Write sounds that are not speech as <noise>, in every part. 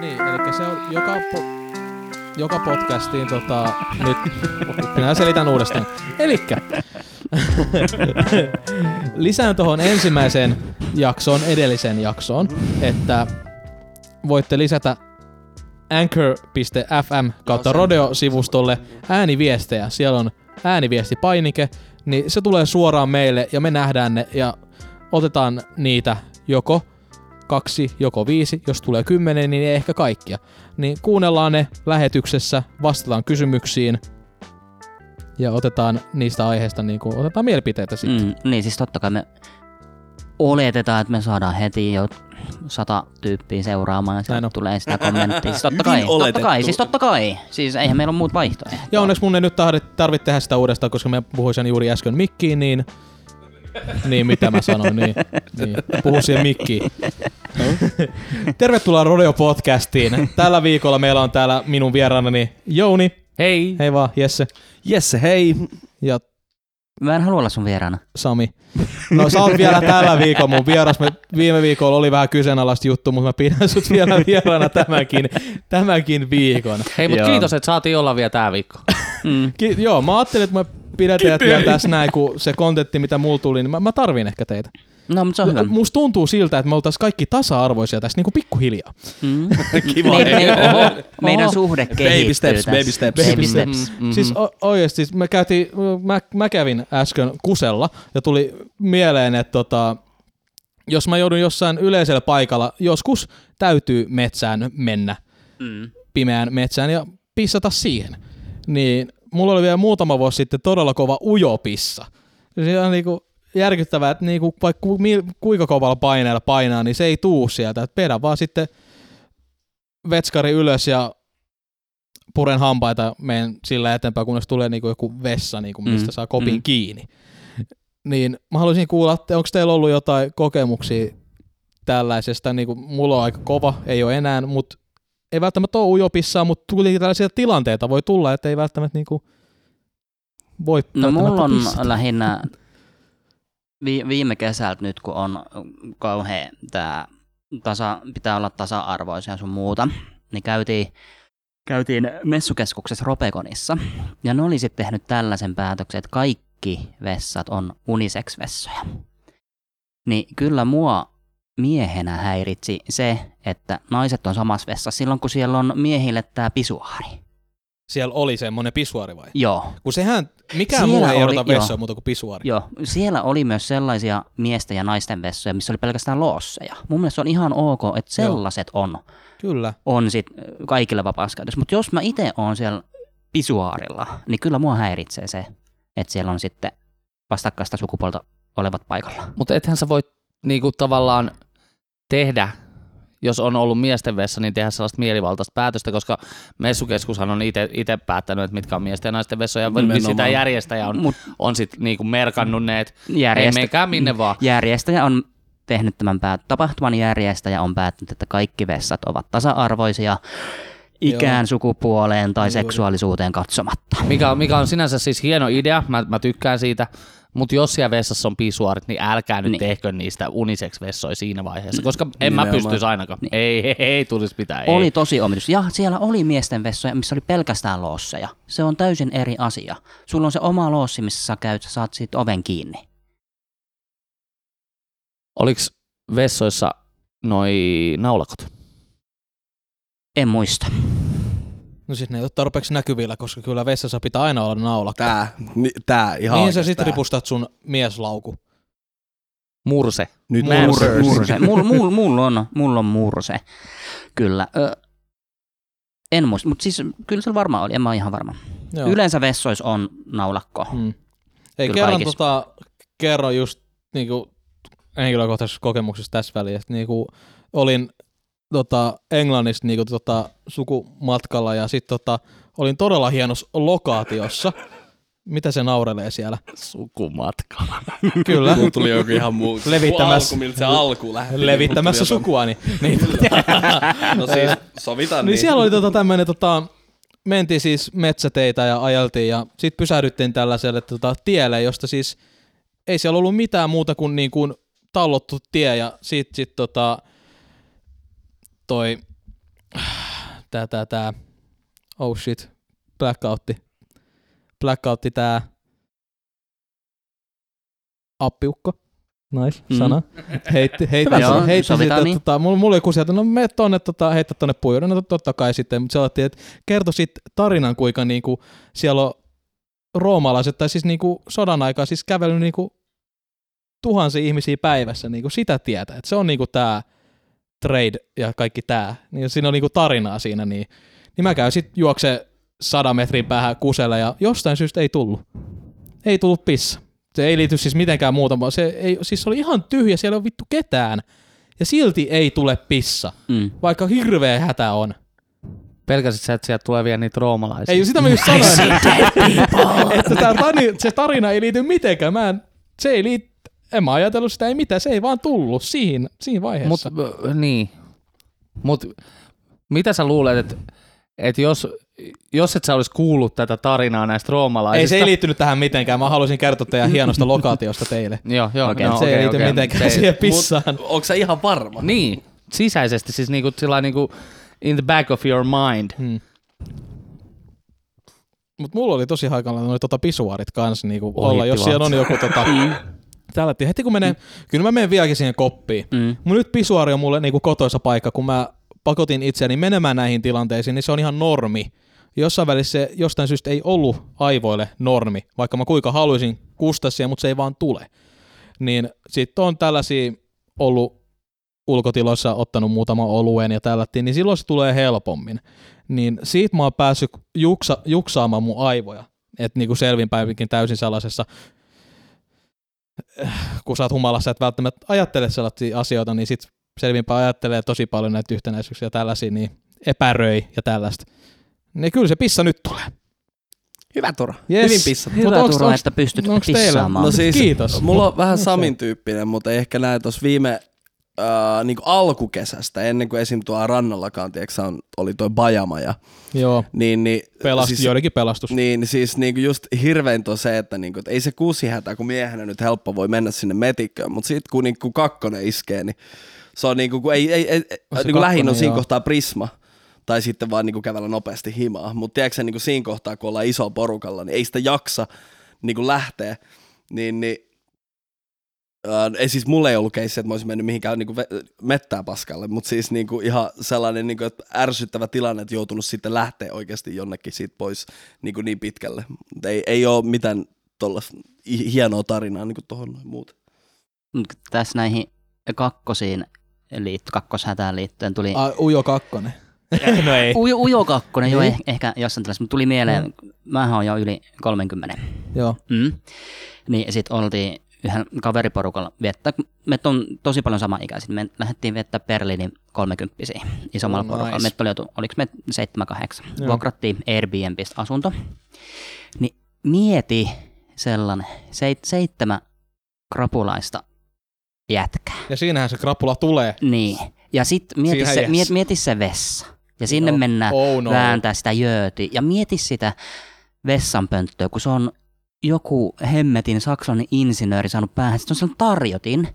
Niin, eli se on joka, po- joka podcastiin tota, nyt, minä selitän uudestaan. Elikkä, lisään tuohon ensimmäiseen jaksoon, edelliseen jaksoon, että voitte lisätä anchor.fm kautta rodeo-sivustolle ääniviestejä. Siellä on ääniviestipainike, niin se tulee suoraan meille ja me nähdään ne ja otetaan niitä joko kaksi, joko viisi, jos tulee kymmenen, niin ei ehkä kaikkia. Niin kuunnellaan ne lähetyksessä, vastataan kysymyksiin ja otetaan niistä aiheista, niin kuin, otetaan mielipiteitä siitä. Mm, niin siis totta kai me oletetaan, että me saadaan heti jo sata tyyppiä seuraamaan ja Näin sieltä on. tulee sitä kommenttia. Siis totta kai, Hyvin totta kai, oletettu. siis totta kai. Siis eihän meillä ole muut vaihtoehtoja. Ja onneksi mun ei nyt tahdi- tarvitse tehdä sitä uudestaan, koska mä puhuin sen juuri äsken mikkiin, niin... Niin, mitä mä sanoin, niin. niin. Puhu siihen <laughs> mikkiin. Tervetuloa Rodeo-podcastiin. Tällä viikolla meillä on täällä minun vieraanani Jouni. Hei! Hei vaan, Jesse Jesse, hei. ja Mä en halua olla sun vieraana. Sami. No sä oot vielä tällä viikolla mun vieras. Me viime viikolla oli vähän kyseenalaista juttu, mutta mä pidän sut vielä vieraana tämänkin, tämänkin viikon. Hei, mutta Joo. kiitos, että saatiin olla vielä tää viikko. Mm. Ki- joo, mä ajattelin, että mä pidän teidät vielä tässä näin, kun se kontentti, mitä mulla tuli, niin mä, mä tarvin ehkä teitä. No, mutta se on hyvä. Musta tuntuu siltä, että me oltaisiin kaikki tasa-arvoisia tässä niinku pikkuhiljaa. Mm. Kiva. Niin, Me, me, hei. niin, oho, meidän Oho. suhde kehittyy steps, tässä. baby steps. Baby Baby steps. Mm-hmm. Siis o- oikeesti, siis mä, käytiin, mä, mä, kävin äsken kusella ja tuli mieleen, että tota, jos mä joudun jossain yleisellä paikalla, joskus täytyy metsään mennä, Mm. pimeään metsään ja pissata siihen. Niin mulla oli vielä muutama vuosi sitten todella kova ujopissa. Se on niinku järkyttävää, että niinku vaikka ku- mi- kuinka kovalla paineella painaa, niin se ei tuu sieltä. Et Vedän vaan sitten vetskari ylös ja puren hampaita ja menen sillä eteenpäin, kunnes tulee niinku joku vessa, niinku mistä Mm, saa kopin mm. kiinni. Niin mä haluaisin kuulla, että onko teillä ollut jotain kokemuksia tällaisesta, niinku mulla on aika kova, ei ole enää, mutta ei välttämättä ole ujopissa, mutta tuli tällaisia tilanteita voi tulla, että ei välttämättä niinku voi No mulla välttämättä on pissata. lähinnä vi, viime kesältä nyt, kun on kauhean tää tasa, pitää olla tasa-arvoisia sun muuta, niin käytiin, käytiin messukeskuksessa Ropekonissa. Ja ne oli sitten tehnyt tällaisen päätöksen, että kaikki vessat on unisex-vessoja. Niin kyllä mua miehenä häiritsi se, että naiset on samassa vessassa silloin, kun siellä on miehille tämä pisuaari. Siellä oli semmoinen pisuari vai? Joo. Kun sehän, mikään muu Siellä ei oli- erota joo. vessoa muuta kuin pisuari. Joo, siellä oli myös sellaisia miesten ja naisten vessoja, missä oli pelkästään loosseja. Mun mielestä se on ihan ok, että Joo. sellaiset on, Kyllä. on sit äh, kaikille vapaassa käytössä. Mutta jos mä itse oon siellä pisuaarilla, niin kyllä mua häiritsee se, että siellä on sitten vastakkaista sukupuolta olevat paikalla. Mutta ethän sä voi niinku tavallaan tehdä, jos on ollut miesten vessa, niin tehdä sellaista mielivaltaista päätöstä, koska messukeskushan on itse päättänyt, että mitkä on miesten ja naisten vessoja, ja Nimenomaan. sitä järjestäjä on, Mut on sit niinku merkannut ne, että ei järjestä- mm. menkää minne vaan. järjestäjä on tehnyt tämän päät- tapahtuman järjestäjä on päättänyt, että kaikki vessat ovat tasa-arvoisia ikään, sukupuoleen tai seksuaalisuuteen katsomatta. Mikä on, mikä on sinänsä siis hieno idea, mä, mä tykkään siitä, mutta jos siellä vessassa on pisuarit, niin älkää nyt Niin. niin. tehkö niistä uniseksi vessoja siinä vaiheessa, koska en mä Nimenomaan. pystyisi ainakaan. Niin. Niin. Ei, ei, ei tulisi pitää. Ei. Oli tosi omitus. Ja siellä oli miesten vessoja, missä oli pelkästään loosseja. Se on täysin eri asia. Sulla on se oma loossi, missä sä käyt, sä saat siitä oven kiinni. Oliko vessoissa noi naulakot? En muista. No siis ne ei ole tarpeeksi näkyvillä, koska kyllä vessassa pitää aina olla naula. Tää, ni- tää ihan Mihin sä sit tää. ripustat sun mieslauku? Murse. Nyt Murse. murse. Murse. Mulla mul, mul on, mul on murse. Kyllä. Ö, en muista, mutta siis kyllä se varmaan oli, en mä ole ihan varma. Joo. Joo. Yleensä vessoissa on naulakko. Mm. Ei Kyllä kerran kaikissa. tota, kerro just niinku, henkilökohtaisessa kokemuksessa tässä väliin, että niinku, olin tota, Englannissa niinku, tota, sukumatkalla ja sitten tota, olin todella hienossa lokaatiossa. Mitä se naurelee siellä? Sukumatka. Kyllä. Mulla tuli joku ihan muu. Levittämässä- Alku, miltä se alku lähti. levittämässä Mulla tuli sukuani. Niin, jotain- No siis, sovitaan niin siellä oli tota tämmönen tota, mentiin siis metsäteitä ja ajeltiin ja sit pysähdyttiin tällaiselle tota, tielle, josta siis ei siellä ollut mitään muuta kuin, niin kuin tallottu tie ja sit, sit tota, toi, <sighs> tää, tää, tää, oh shit, blackoutti, blackoutti tää appiukko. Nice, Mm. sana. Heitti, heitti, Hyvä, joo, heitti, heitti sovitaan siitä, niin. tota, mulla, mulla oli joku sieltä, no mene tonne, tota, heittä tonne puijoon. No totta kai sitten, mutta se alettiin, että kerto sit tarinan, kuinka niinku siellä on roomalaiset, tai siis niinku sodan aikaa, siis kävellyt niinku tuhansia ihmisiä päivässä niinku sitä tietä. Et se on niinku tää trade ja kaikki tää. Niin siinä on niinku tarinaa siinä, niin, niin mä käyn sit juokse sadan metrin päähän kuselle ja jostain syystä ei tullut. Ei tullut pissa. Se ei liity siis mitenkään muuta. vaan Se, ei, siis se oli ihan tyhjä, siellä ei ole vittu ketään. Ja silti ei tule pissa, Mm. vaikka hirveä hätä on. Pelkäsit sä, että sieltä tulee vielä niitä roomalaisia. Ei, sitä mä just sanoin. että tää tarina, se tarina ei liity mitenkään. Mä en, se ei liit, en mä ajatellut sitä ei mitään, se ei vaan tullut siinä, siinä Mut, vaiheessa. Mut, ö, niin. Mut mitä sä luulet, että et jos, jos et sä olisi kuullut tätä tarinaa näistä ei, roomalaisista... se ei liittynyt tähän mitenkään. Mä haluaisin kertoa teidän hienosta lokaatiosta teille. Joo, joo. Okei, no, se ei okei, liity okei. mitenkään Se ei- siihen pissaan. Onko sä ihan varma? Niin, sisäisesti siis niinku, sillä niinku in the back of your mind. Hmm. Mut mulla oli tosi haikalla noin tota pisuaarit kanssa niinku Ohitti olla, jos siellä vaan. on joku tota... Tällä hetkellä, heti kun menee, kyllä mä menen vieläkin siihen koppiin. Mm. Mun nyt pisuaari on mulle niinku kotoisa paikka, kun mä pakotin itseäni menemään näihin tilanteisiin, niin se on ihan normi. Jossain välissä se jostain syystä ei ollut aivoille normi, vaikka mä kuinka haluaisin kusta siihen, mutta se ei vaan tule. Niin sitten on tällaisia ollut ulkotiloissa ottanut muutama olueen ja tällättiin, niin silloin se tulee helpommin. Niin siitä mä oon päässyt juksa, juksaamaan mun aivoja. Että niinku selvinpäivinkin täysin sellaisessa eh, kun sä oot humalassa, et välttämättä ajattele sellaisia asioita, niin sit selvinpäin ajattelee tosi paljon näitä yhtenäisyyksiä ja tällaisia, niin epäröi ja tällaista. Niin kyllä se pissa nyt tulee. Hyvä Tura. Yes. Hyvin pissattu. Mut Hyvä onks- Turo, onks- että pystyt onks teillä- pissaamaan. No siis, Kiitos. Mulla on vähän se- Samin tyyppinen, mutta ei ehkä näin tuossa viime äh, niin alkukesästä, ennen kuin esim. tuolla rannallakaan, tiedätkö, on, oli toi Bajamaja. Joo, Niin, niin, pelastus, siis, siis, joidenkin pelastus. Niin. niin, siis niin kuin just hirveintä on se, että, niin kuin, että ei se kuusi hätää, kun miehenä nyt helppo voi mennä sinne metikköön, mutta sitten kun, niin kuin kakkonen iskee, niin se on niin kuin, kun ei, ei, ei, se niin kuin lähin on kakkonen, siinä joo. kohtaa prisma, tai sitten vaan niin kuin kävellä nopeasti himaa. Mutta tiedätkö sä, niin kuin siinä kohtaa, kun ollaan iso porukalla, niin ei sitä jaksa niin kuin lähteä. Niin, niin Äh, ei siis mulla ei ollut keissi, että mä olisin mennyt mihinkään niin mettää paskalle, mutta siis niin kuin ihan sellainen niin kuin, että ärsyttävä tilanne, että joutunut sitten lähteä oikeasti jonnekin siitä pois niin, kuin niin pitkälle. Mut Ei, ei ole mitään tuollaista hienoa tarinaa niin tuohon noin muuten. Tässä näihin kakkosiin liittyen, kakkoshätään liittyen tuli Ah, Ujo kakkonen. <laughs> no ei. Ujo, Ujo kakkonen, joo, Niin. Mm. eh, ehkä jossain tällaisessa, mutta tuli mieleen, mähän on jo yli 30. Joo. Mm. Niin sit oltiin yhden kaveriporukalla viettää, kun me on tosi paljon samaikäiset, me lähdettiin viettää Berliinin 30 isommalla Oh, oh, porukalla. nice. Nice. Me oli, oliko me 7-8, Joo. vuokrattiin Airbnbistä asunto, niin mieti sellainen seit, seitsemän krapulaista jätkää. Ja siinähän se krapula tulee. Niin, ja sitten mieti, Siihen se, jäs. mieti, mieti se vessa, ja sinne Joo. mennään Oh no. vääntää sitä jööti. Ja mieti sitä vessanpönttöä, kun se on joku hemmetin saksalainen insinööri saanut päähän. Sitten on sellainen tarjotin,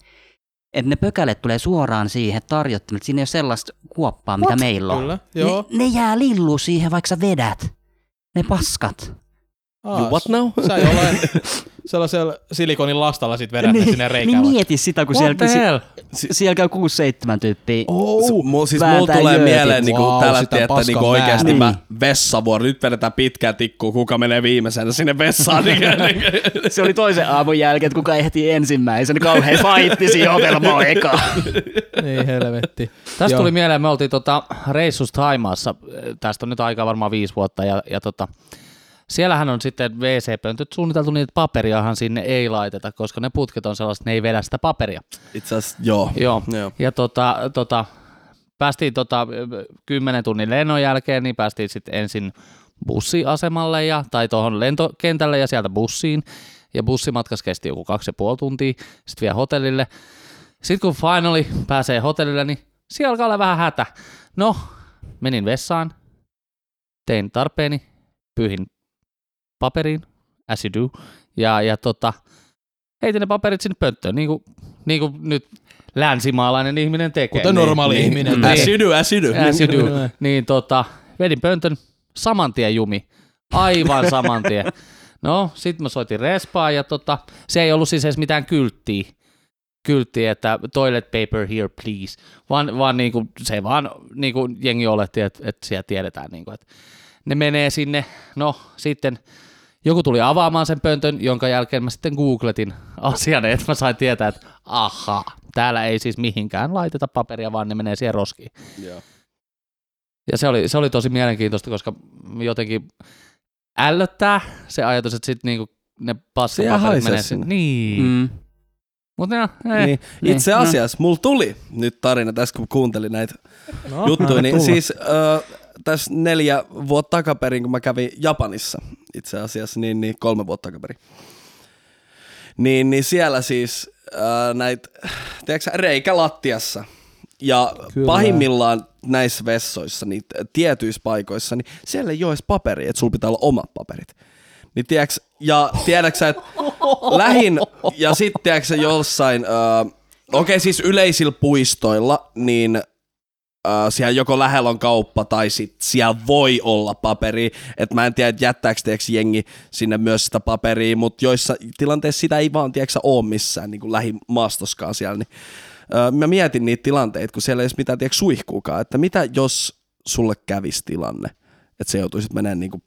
että ne pökälet tulee suoraan siihen tarjottimelle. Siinä ei ole sellaista kuoppaa, mitä What? meillä on. Kyllä, Ne, joo. ne jää lillu siihen, vaikka sä vedät. Ne paskat. Aa, What now? Sä jollain sellaisella silikonin lastalla sit vedät ne sinne niin reikään. mieti sitä, kun What siellä, the si, hell? siellä käy 6-7 tyyppiä. Oh, mulla siis vääntää mulla tulee jöötit. mieleen niinku Wow, tällä sitä että paskan niinku oikeasti määrä. mä vessavuori, nyt vedetään pitkää tikkua, kuka menee viimeisenä sinne vessaan. niin, <laughs> Se oli toisen aamun jälkeen, että kuka ehti ensimmäisen. Kauhean fightti siihen otelmaan eka. Niin helvetti. Tästä Joo. tuli mieleen, me oltiin tota reissus Taimaassa, tästä on nyt aikaa varmaan viisi vuotta, ja, ja tota, siellähän on sitten WC-pöntöt suunniteltu niin, että paperiahan sinne ei laiteta, koska ne putket on sellaiset, ne ei vedä sitä paperia. Itse asiassa, joo. Joo. Joo. Ja tota, tota, päästiin tota, 10 tunnin lennon jälkeen, niin päästiin sitten ensin bussiasemalle ja, tai tuohon lentokentälle ja sieltä bussiin. Ja bussimatkas kesti joku kaksi ja puoli tuntia, sitten vielä hotellille. Sitten kun finally pääsee hotellille, niin siellä alkaa olla vähän hätä. No, menin vessaan, tein tarpeeni, pyyhin paperiin, as you do, ja, ja tota, heitin ne paperit sinne pönttöön, niin kuin niin kuin nyt länsimaalainen ihminen tekee. Kuten niin, normaali niin, ihminen. Niin, As you do, as you do. as you do. Kyllä. Niin tota, vedin pöntön saman tien jumi. Aivan saman tien. No, sit mä soitin respaa ja tota, se ei ollut siis edes mitään kylttiä. Kylttiä, että toilet paper here please. Vaan, vaan niinku, se vaan niinku jengi oletti, että et siellä tiedetään niinku, että ne menee sinne. No, sitten joku tuli avaamaan sen pöntön, jonka jälkeen mä sitten googletin asian, että mä sain tietää, että aha, täällä ei siis mihinkään laiteta paperia, vaan ne menee siihen roskiin. Joo. Ja se oli, se oli tosi mielenkiintoista, koska jotenkin ällöttää se ajatus, että sitten niinku Se ne jää paskapaperit haisee menee sinne. sinne. Niin. Mm. Mm. Mutta joo, eh. Niin. niin, Itse no. asiassa, mulla tuli nyt tarina tässä, kun kuuntelin näitä No, juttuja, anna niin tulla. siis äh, tässä neljä vuotta takaperin, kun mä kävin Japanissa itse asiassa, niin, niin kolme vuotta takaperin, niin, niin siellä siis äh, näitä, tiedätkö reikä lattiassa. Ja Kyllä. Kyllä. pahimmillaan näissä vessoissa, niin t- tietyissä paikoissa, niin siellä ei ole edes paperia, että sulla pitää olla omat paperit. Niin tiedäks, ja tiedäks sä, että <laughs> <laughs> lähin, ja sitten tiedäks sä jossain, äh, okei okay, siis yleisillä puistoilla, niin Ö, siellä joko lähellä on kauppa tai sit siellä voi olla paperi. Et mä en tiedä, että jättääkö tiedätkö, jengi sinne myös sitä paperia, mutta joissa tilanteissa sitä ei vaan tiedätkö, ole missään niin kuin lähimaastoskaan siellä. Niin, ö, mä mietin niitä tilanteita, kun siellä ei edes mitään tiedätkö, suihkuukaan, että mitä jos sulle kävisi tilanne, että se joutuisit menemään niin kuin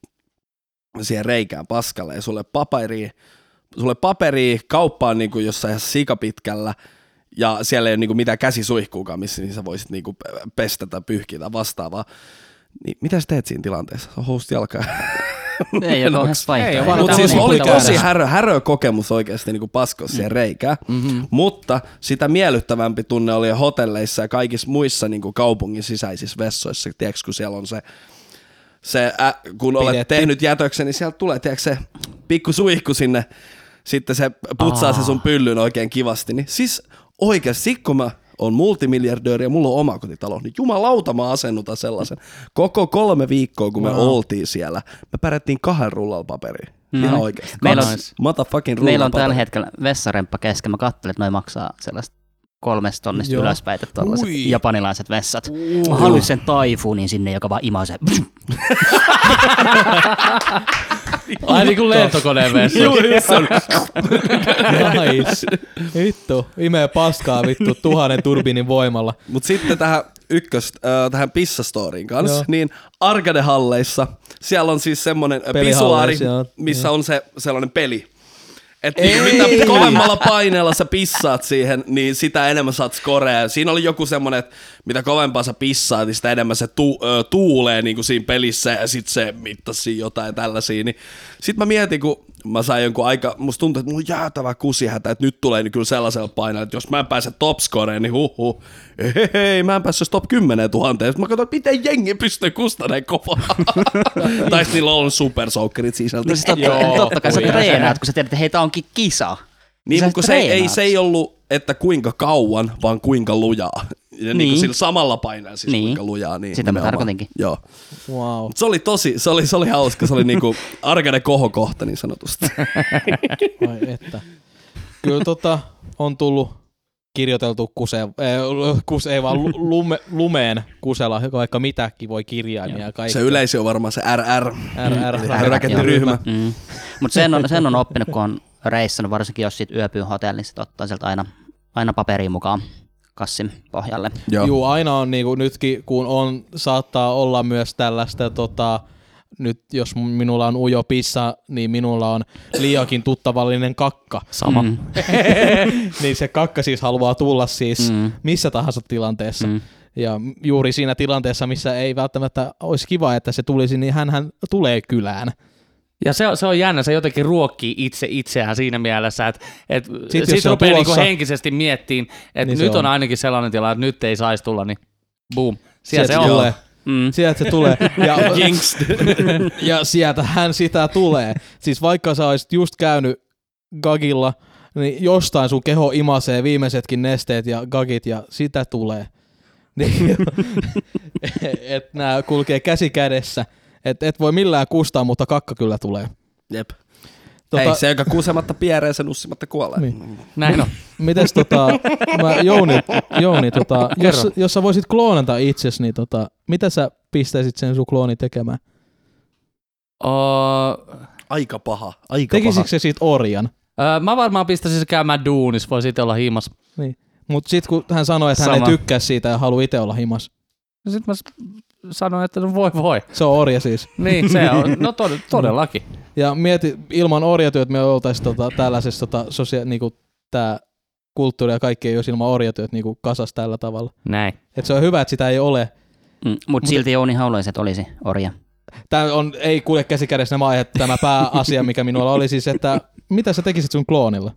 siihen reikään paskalle ja sulle paperi, sulle paperi kauppaan niin kuin jossain ihan sikapitkällä ja siellä ei ole niin kuin mitään käsisuihkuukaan, missä niin sä voisit niin kuin pestä tai pyyhkiä tai vastaavaa. Niin mitä sä teet siinä tilanteessa? Se on host jalkaa. Ei ole kauheasti Ei vaihtoehtoja. ole varmaan Mutta Tämä siis on oli niinku tosi täydellistä. härö, härö kokemus oikeasti niin paskossa siihen reikään. Mm-hmm. Mutta sitä miellyttävämpi tunne oli hotelleissa ja kaikissa muissa niin kuin kaupungin sisäisissä vessoissa. Tiedätkö, kun siellä on se, se ä, kun olet Pidetti. tehnyt jätöksen, niin sieltä tulee tiedätkö, se pikku suihku sinne. Sitten se putsaa se sun pyllyn oikein kivasti. Niin siis oikeasti, kun mä on multimiljardööri ja mulla on oma kotitalo, niin jumalauta mä asennutan sellaisen. Koko kolme viikkoa, kun me oltiin siellä, me pärjättiin kahden rullalla paperia. Mm. Ihan oikeasti. Meillä on- Kaksi motherfucking Meillä on rullapaperia. tällä hetkellä vessaremppa kesken. Mä katselin, että noi maksaa sellaista kolmesta tonnista Joo. ylöspäin, että tollaset Ui. japanilaiset vessat. Mä haluaisin sen taifuunin sinne, joka vaan imaisee. <laughs> <laughs> Ai niin kuin lentokoneen vessa. <laughs> Nice. Vittu, imee paskaa vittu tuhannen turbiinin voimalla. Mut sitten tähän ykkös, äh, tähän pissastoriin kanssa, Joo. Joo. niin arcadehalleissa, siellä on siis semmonen äh, Pelihalleissa, pisuaari, joo. missä on se sellainen peli. Et niin, mitä kovemmalla paineella sä pissaat siihen, niin sitä enemmän saat skorea. Siinä oli joku semmonen, että mitä kovempaa sä pissaat, niin sitä enemmän se tu, ö, tuulee niin kuin siinä pelissä ja sit se mittasi jotain tällaisia. Niin. Sitten mä mietin, kun mä sain jonkun aika, musta tuntuu, että mulla on jäätävä kusihätä, että nyt tulee niin kyllä sellaisella paineella, että jos mä en pääse topscoreen, niin huhu, hei, hei, mä en päässyt top 10 000. Sitten mä katsoin, että miten jengi pystyy kustaneen kovaa. tai sitten niillä on supersoukkerit sisältä. No siis totta, Joo, totta kai sä kuinka treenaat, kun sä tiedät, että hei, tää onkin kisa. Niin, Sä mutta kun se, ei, treenaat. se ei ollut, että kuinka kauan, vaan kuinka lujaa. Ja niin. Niin. Niin sillä samalla painaa siis Niin. niin. kuinka lujaa. Niin Sitä mä nimenomaan. tarkoitinkin. Joo. Wow. Mut Se oli tosi, se oli, se oli hauska, se oli niinku <laughs> arkainen kohokohta niin <laughs> sanotusti. Ai että. Kyllä tota on tullut kirjoiteltu kuseen, ei, kuse, ei vaan lu- lume, lumeen kusella, vaikka mitäkin voi kirjaimia ja kaikkea. se yleisö on varmaan se RR. RR, rakettiryhmä. Mm. Mutta sen on, sen on oppinut, kun on reissannut, varsinkin jos sit yöpyy hotellissa, niin sit ottaa sieltä aina, aina paperiin mukaan kassin pohjalle. Joo. Juu, aina on niinku nytkin, kun on, saattaa olla myös tällaista tota, nyt jos minulla on ujo pissa, niin minulla on liiakin tuttavallinen kakka. Sama. Mm. <laughs> niin se kakka siis haluaa tulla siis Mm. mm. missä tahansa tilanteessa. Mm. Mm. Ja juuri siinä tilanteessa, missä ei välttämättä olisi kiva, että se tulisi, niin hän tulee kylään. Ja se, on- se on jännä, se jotenkin ruokkii itse itseään siinä mielessä, että et, jos sit, sit se on rupeaa niinku tulossa- henkisesti miettiin, että Niin niin se nyt on. on. ainakin sellainen tilanne, että nyt ei saisi tulla, niin boom, siellä se on. tulee. Mm. Sieltä se tulee. Ja, <laughs> <laughs> ja sieltä hän sitä tulee. Siis vaikka sä olisit just käynyt gagilla, niin jostain sun keho imasee viimeisetkin nesteet ja gagit ja sitä tulee. <laughs> Niin, <laughs> et nämä kulkee käsi kädessä. Et, et voi millään kustaa, mutta kakka kyllä tulee. Jep. Tota- Ei, se, joka kusematta piereen, sen ussimatta kuolee. Niin. Niin. Näin on. Mites <laughs> tota, mä Jouni, Jouni tota, jos, jos sä voisit kloonata itsesi, niin tota, mitä sä pistäisit sen sun klooni tekemään? Oh, Aika paha, aika paha. Tekisitkö se siitä orjan? öö, mä varmaan pistäisin se käymään duunis, voi sitten olla himas. Niin. Mut sit kun hän sanoi, että hän Sama. ei tykkää siitä ja haluu itse olla himas. Sitten mä s- sanoin, että no voi voi. Se on orja siis. Niin, se on. No tod- todellakin. Ja mieti, ilman orjatyöt me oltais tota, tällaisessa tota, sosia- niinku, tää kulttuuri ja kaikki ei olisi ilman orjatyöt niinku kasas tällä tavalla. Näin. Et se on hyvä, että sitä ei ole. Mm, Mutta silti Jouni Haulaiset olisi orja. Tämä on, ei kulje käsi kädessä nämä aiheet, tämä pääasia, mikä minulla oli siis, että mitä sä tekisit sun kloonilla?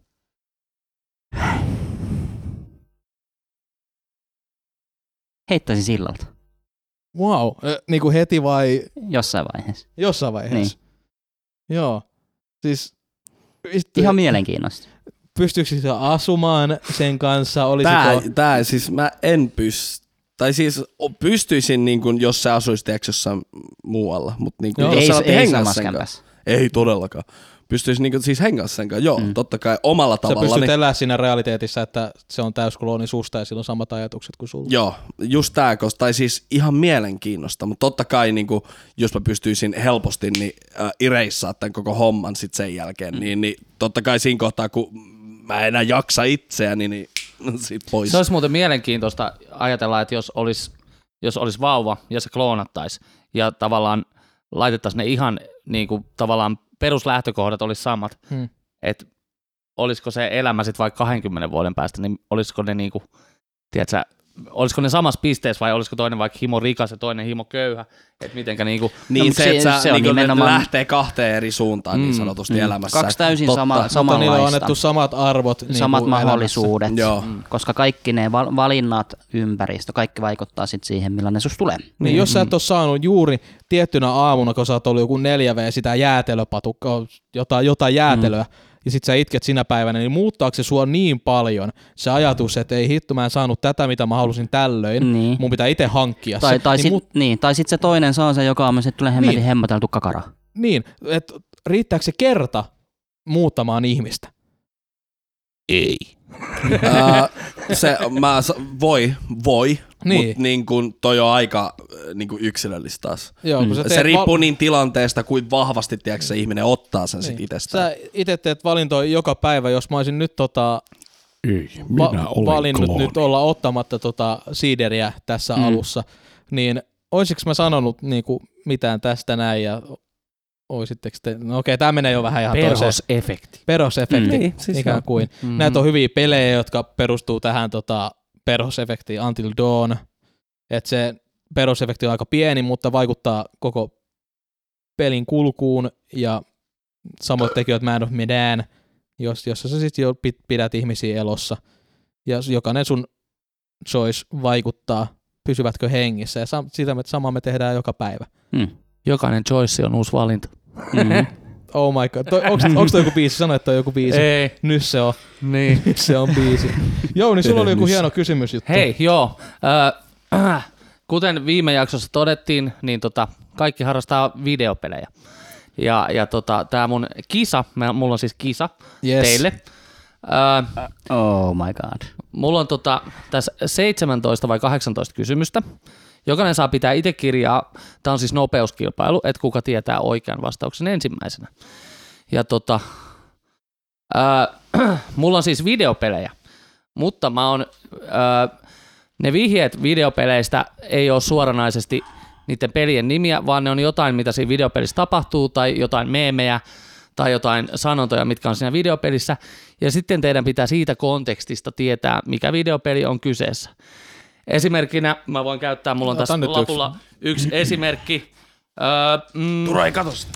Heittäisin sillalta. Wow, ö, niinku heti vai Jossain vaiheessa. jossain vaiheessa? Niin. Joo, siis vittu, Ihan mielenkiinnosta. pystyykö sä asumaan sen kanssa? Olisiko, Tää, tää, siis mä en pysty. Tai siis o- pystyisin, niin kun, jos sä asuisit tiedätkö, jossain muualla, mutta niin kun, Joo. jos ei, sä alat ei hengaa samassa sen kanssa. kämpässä. Ei todellakaan. Pystyisin niin kun, siis hengaa sen kanssa, joo, mm. Mm. totta kai omalla sä tavalla. niin- pystyt elämään siinä realiteetissa, että se on täysklooni susta ja sillä on samat ajatukset kuin sulla? Joo, just tää, koska, tai siis ihan mielenkiinnosta, mutta totta kai niin kuin, jos mä pystyisin helposti niin, äh, ireissaa tämän koko homman sit sen jälkeen, mm. niin, niin totta kai siinä kohtaa, kun mä enää jaksa itseäni, niin <laughs> sit pois. Se olisi muuten mielenkiintoista ajatella, että jos olisi jos olisi vauva ja se kloonattaisi ja tavallaan laitettaisiin ne ihan niin kuin, tavallaan peruslähtökohdat olisi samat, Hmm. että olisiko se elämä sitten vaikka 20 vuoden päästä, niin olisiko ne niin kuin, tiedätkö, olisiko ne samassa pisteessä vai olisiko toinen vaikka himo rikas ja toinen himo köyhä, että mitenkä niin kuin, Niin No, no, mut se, se- että sä, se se on niin nimenomaan... nimenomaan- lähtee kahteen eri suuntaan mm, niin sanotusti mm, elämässä. Kaksi täysin niin sama, Mutta niille on annettu samanlaista. samat arvot. niin Samat kuin mahdollisuudet. Joo. Mm. Koska kaikki ne val- valinnat, ympäristö, kaikki vaikuttaa sitten siihen, millainen sus tulee. Niin jos sä et ole saanut juuri tiettynä aamuna, kun sä oot ollut joku 4V sitä jäätelöpatukkaa, jotain, jotain jäätelöä, mm. ja sit sä itket sinä päivänä, niin muuttaako se sua niin paljon se ajatus, että ei hitto mä en saanut tätä, mitä mä halusin tällöin, Niin. mun pitää itse hankkia Tai, se. tai, niin, sit, mut, niin, tai sit se toinen saa sen, joka on sitten tulee hemmetin Niin. niin. hemmoteltu kakara. niin että riittääkö se kerta muuttamaan ihmistä? ei. Ää, Äh, se, mä, sa- voi, voi, niin. Niin. mutta niin kun, toi on aika äh, niin kun yksilöllistä taas. Joo, kun sä Se teet riippuu val- niin tilanteesta, kuin vahvasti tiedätkö, se ihminen ottaa sen sit Niin. itsestään. Sä itse teet valintoja joka päivä, jos mä olisin nyt tota, Ei, minä va- olen valinnut klooni. nyt olla ottamatta tota siideriä tässä mm. alussa, niin olisiko mä sanonut niinku mitään tästä näin ja oisitteko te, no okei, tämä menee jo vähän ihan toiseen. Perhosefekti. Perosefekti, Mm. mm. Niin, siis ikään joo. kuin. Mm. Näitä on hyviä pelejä, jotka perustuu tähän tota, perosefektiin Until Dawn. Et se perosefekti on aika pieni, mutta vaikuttaa koko pelin kulkuun ja samoin tekijät Man of Medan, jos, jossa sä sitten jo pit- pidät ihmisiä elossa. Ja s- jokainen sun choice vaikuttaa, pysyvätkö hengissä. Ja sam- sitä me, samaa me tehdään joka päivä. Mm. Jokainen choice on uusi valinta. Mm. <laughs> Oh my god. Toi, onks, onks toi joku biisi? Sano, että toi on joku biisi. Ei, Nyt se on. niin. Nyt se on biisi. Jouni, sulla oli joku hieno kysymys juttu. Hei, joo. Ö, äh, <clears throat> kuten viime jaksossa todettiin, niin tota, kaikki harrastaa videopelejä. Ja, ja tota, tämä mun kisa, mä, mulla on siis kisa Yes. teille. Ö, Oh my god. mulla on tota, tässä 17 vai 18 kysymystä. Jokainen saa pitää itse kirjaa. Tämä on siis nopeuskilpailu, että kuka tietää oikean vastauksen ensimmäisenä. Ja tota, ää, <clears throat> mulla on siis videopelejä, mutta mä oon, ää, ne vihjeet videopeleistä ei ole suoranaisesti niiden pelien nimiä, vaan ne on jotain, mitä siinä videopelissä tapahtuu, tai jotain meemejä, tai jotain sanontoja, mitkä on siinä videopelissä. Ja sitten teidän pitää siitä kontekstista tietää, mikä videopeli on kyseessä. Esimerkkinä mä voin käyttää, mulla on Otan tässä nyt yksi. lapulla yksi, esimerkki. Öö, mm, Tura ei katso sitä.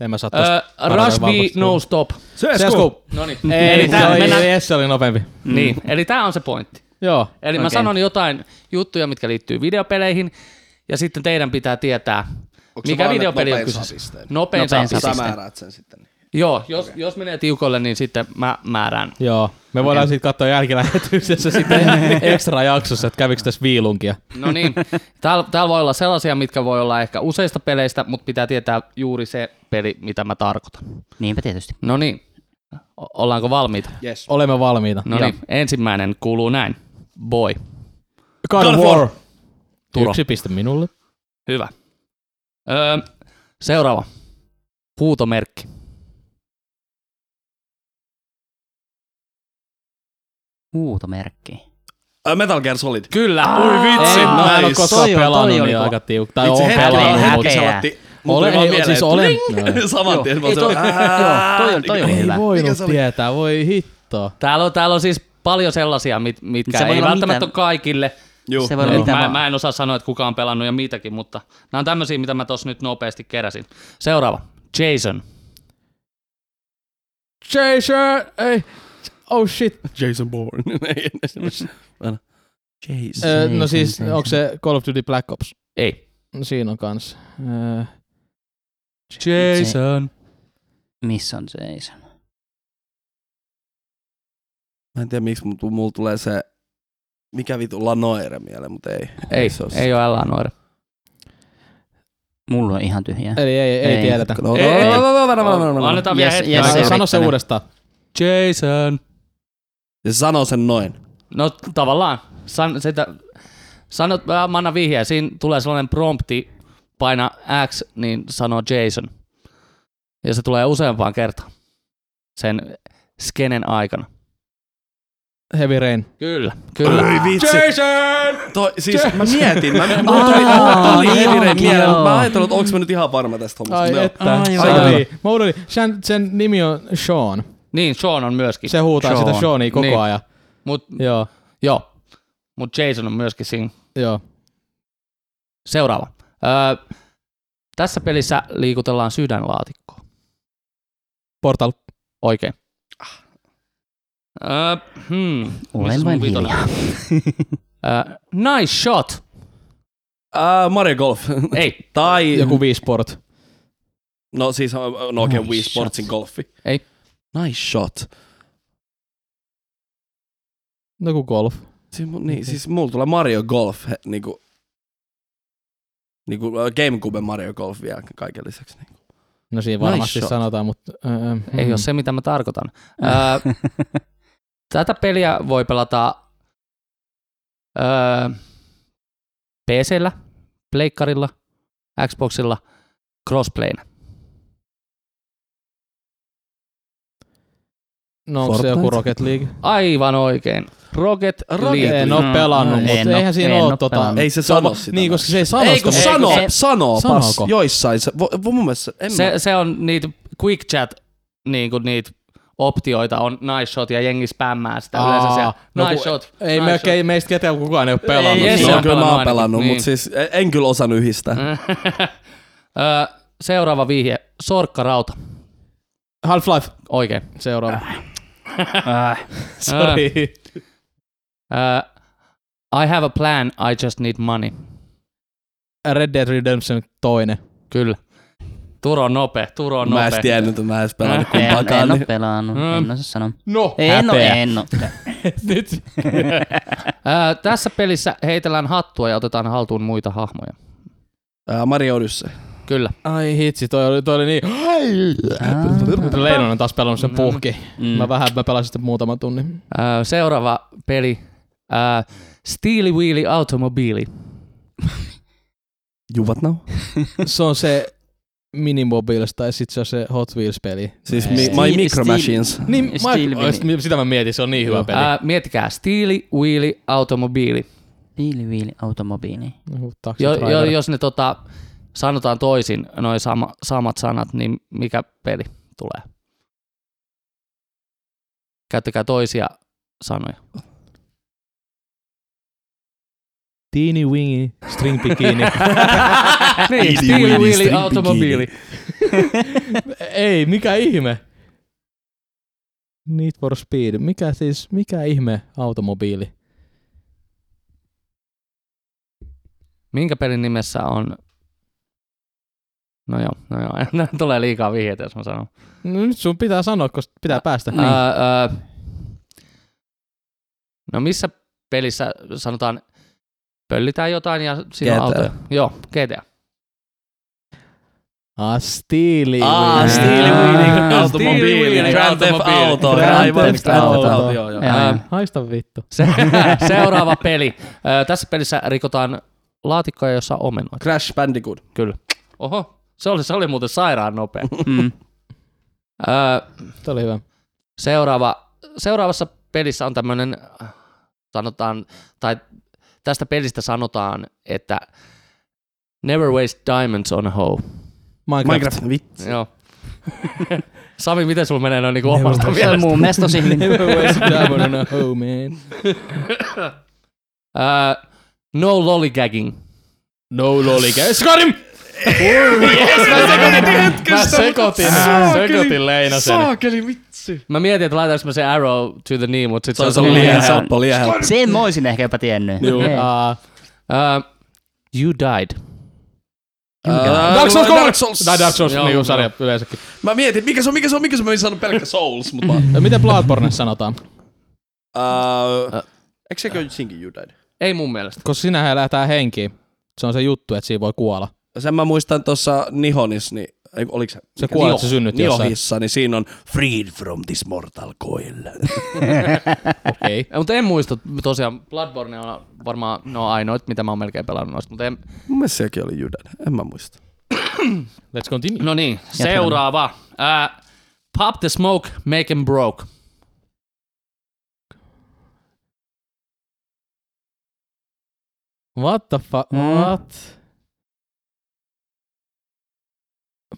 En mä saa tosta. Öö, Rush B, no stop. CSGO. No niin. Ei, Eli, se tää, oli, mennään, yes, se oli nopeampi. niin, eli tämä on se pointti. Joo. Eli okay. mä Okei. sanon jotain juttuja, mitkä liittyy videopeleihin, ja sitten teidän pitää tietää, Onks se mikä vaan, että videopeli on nopein saa kyseessä. pisteen? Nopein saa Nopein saa pisteen. Sä Piste. määräät sen sitten. Joo, jos, jos menee tiukolle, niin sitten mä määrään. Joo. Me voidaan sitten katsoa jälkilähetyksessä sitten ekstra jaksossa, että kävikö tässä viilunkia. No niin, <laughs> täällä tääl voi olla sellaisia, mitkä voi olla ehkä useista peleistä, mutta pitää tietää juuri se peli, mitä mä tarkoitan. Niinpä tietysti. No niin, O- ollaanko valmiita? Yes. Olemme valmiita. No niin, ensimmäinen kuuluu näin. Boy. God of War. Turo. Yksi piste minulle. Hyvä. Öö, seuraava. Huutomerkki. Huutomerkki. Äh, Metal Gear Solid. Kyllä. Ui vitsi, en, mä en ole Ah, nice. koskaan Toi on- toi pelannut, oli niin kova. aika tiukka. Tai Vitsi, oon häpeä, pelannut, häpeä. mutta se otti. Mulla Olen, tuli vaan ei, mieleen, siis että olen. bling! <laughs> Saman Joo, tien. mä ei sanoin, toi- "Ää, joo, toi on- toi on niin, Ei hyvä. voinut se oli? tietää, voi hitto. Täällä on, täällä on siis paljon sellaisia, mit, Se mitkä se voi ei olla välttämättä mitä- ole kaikille. Juu. Se voi olla Et mitä mä, vaan. mä en osaa sanoa, että kuka on pelannut ja mitäkin, mutta nämä on tämmöisiä, mitä mä tuossa nyt nopeasti keräsin. Seuraava. Jason. Jason, ei. Oh shit. Jason Bourne. <laughs> Ei, en- en- Jason. Öö, no Jason, siis, Jason. onko se Call of Duty Black Ops? No Ei. Siinä on kans. Öö, Jason. Missä on Jason? Mä en tiedä, miksi mul- mulla tulee se, mikä vitu Lanoire mieleen, mutta ei. Ei, se oo se. ei ole älä nuori. Mulla on ihan tyhjää. Eli ei, ei, ei Ei. tiedetä. No, no, Ei, ei. no, no, no, no, no, no, no, no. Annetaan vielä Yes, hetki. yes, aikaa. Sano- yes. Sano se Yrittänyt. uudestaan. Jason. Ja se sanoo sen noin. No tavallaan. San, sitä, sanot, mä mä annan vihjeä. Siinä tulee sellainen prompti, paina X, niin sanoo Jason. Ja se tulee useampaan kertaan sen skenen aikana. Heavy Rain. Kyllä, kyllä. Ei vitsi. Jason! Toi, siis mä mietin, mä, mä, Aa, mulla tuli, mulla tuli joo, Heavy Rain mieleen, joo. mutta mä ajattelin, että onks mä nyt ihan varma tästä hommasta. Ai No. että. Aivan. Sori. Mä unohdin. Sen, sen nimi on Sean. Niin, Sean on myöskin. Se huutaa Sean. sitä Seania koko Niin. ajan. Mut, Joo. joo. Mut Jason on myöskin siinä. Joo. Seuraava. Öö, tässä pelissä liikutellaan sydänlaatikkoa. Portal. Oikein. Öö, hmm. Missäs Olen mun vain vitonen? hiljaa. Öö, nice shot. Ää, Mario Golf. Ei, tai, Joku Wii Sport. no siis, äh, no okei, Nice Wii shot. Sportsin golfi. Ei. Nice shot. No Joku golf. Siis, mu- niin, siis mulla tulee Mario Golf, he, niinku, niinku äh, Gamecube Mario Golf vielä kaiken lisäksi. Niin. No siinä Nice varmasti shot. sanotaan, mutta... Öö, ei ole se, mitä mä tarkoitan. <laughs> Öö, tätä peliä voi pelata öö, PCllä, pleikkarilla, Xboxilla, crossplayna. No onko se Fortnite? joku Rocket League? Aivan oikein. Rocket Rocket- League. No, En oo Mm, pelannut, en mutta oo- eihän siinä en oo oo tota... pelannut. Ei se on sano va- sitä. Niin, koska se ei sano Ei kun sitä. sanoo, se- sanoo, pas, Sanooko? joissain. Se, vo, vo, mun mielestä, en Se, mä. se on niitä quick chat, niin kuin niitä optioita on nice shot ja jengi spämmää sitä Aa, yleensä siellä. no Nice kun- shot. Ei nice melkein meistä ketään kukaan ei ole pelannut. Ei, ei sitä. se Joo, on kyllä mä oon pelannut ainakin, pelannut, niin. mutta siis en, en kyllä osannut yhdistää. <laughs> Ö, Seuraava vihje. Sorkkarauta. Half-Life. Oikein. Seuraava. Äh, Sorry. <laughs> Ö, Uh, I have a plan, I just need money. Red Dead Redemption toinen. Kyllä. Turo on nopea, Turo on Mä en nopea. edes tiennyt, että mä en edes pelannut en, en kumpaakaan. oo niin- pelannut, Mm. en osaa sanoa. No, En oo, en oo. <laughs> Nyt. Ö, Uh, tässä pelissä heitellään hattua ja otetaan haltuun muita hahmoja. Ää, Mario Odyssey. Kyllä. Ai hitsi, toi oli, toi oli niin... Leinonen on taas pelannut sen puhki. Mm. Mä vähän, mä pelasin sitä muutaman <laughs> tunnin. Ö, Uh, Seuraava peli. Ö, Steely Wheely Automobili. Juvat now. Se on se Minimobiles tai sit se on se Hot Wheels-peli. Siis Ei. mi, Steel- My Micro Steel- Machines. Niin, mä, Steel Wheel. Oi, sitä mä mietin, se on niin hyvä peli. Ää, Uh, miettikää, Steely Wheely Automobili. Viiliviili automobiili. Joku taksi Jo, jo, driver. jos ne tota, sanotaan toisin, noin sama, samat sanat, niin mikä peli tulee? Käyttäkää toisia sanoja. Teeny Wingy, String <laughs> Bikini. <laughs> niin, Steely Wheely Automobili. <laughs> Ei, mikä ihme? Need for Speed. Mikä siis, mikä ihme automobiili? Minkä pelin nimessä on... No joo, no joo. <laughs> Nää tulee liikaa vihjeitä, jos mä sanon. No nyt sun pitää sanoa, koska pitää päästä. Niin. Öö, öö, no missä pelissä sanotaan pöllitään jotain ja siinä on GTA. autoja? Joo, GTA. Ah, Steely Aa, Wheel. Steel Wheeling Steel automobiili. Wheeling Grand Theft automobiili. Auto. Grand Aivan, Theft Grand Theft Auto. Auto, joo, joo. Joo. Ää, Haista vittu. <laughs> Se, seuraava peli. Ö, tässä pelissä rikotaan laatikkoja, jossa on omenoita. Crash Bandicoot. Kyllä. Oho, se oli, se oli muuten sairaan <laughs> nopea. Mm. Ö, Tämä oli hyvä. seuraava, seuraavassa pelissä on tämmöinen, sanotaan, tai tästä pelistä sanotaan, että Never waste diamonds on a hoe. Minecraft. <laughs> Minecraft. Vittu. <laughs> Joo. Sami, miten sulla menee noin niinku omasta Se on mielestä? mun mielestä tosi hyvin. Never waste time on a home, man. Ö, no lollygagging. No lollygagging. Skarim! Mä sekoitin, Saakeli. sekoitin Leinosen. Saakeli, vitsi. Mä mietin, että laitanko mä sen arrow to the knee, mutta sit Se on se on ollut liian liian. helppo, liian helppo. <laughs> Sen mä oisin ehkä jopa tiennyt. Joo. Ei. Ah, Uh, you died. Ää, Dark Souls 3! Dark Souls. Tai Dark Souls, Joo, niinku joo. sarja yleensäkin. Mä mietin, mikä se on, mikä se on, mikä se on. Mä en sanonut pelkkä Souls, mutta vaan. Ja Miten Bloodborne sanotaan? Ää, Eikö sekö sinkin you died? Ei mun mielestä. Koska sinähän lähtää henkiin. Se on se juttu, että siinä voi kuolla. Sen mä muistan tuossa Nihonis, niin ei, oliko se? Se kuolee, että se synnytti jossain. Niohissa, niin siinä on freed from this mortal coil. Okei. Okay. Mutta en muista, tosiaan Bloodborne on varmaan no ainoit, mitä mä oon melkein pelannut noista. Mutta en... <laughs> Mun mielestä sekin oli you died. En mä muista. Let's continue. No niin, seuraava. Uh, pop the smoke, make him broke. What the fuck? Mm. What?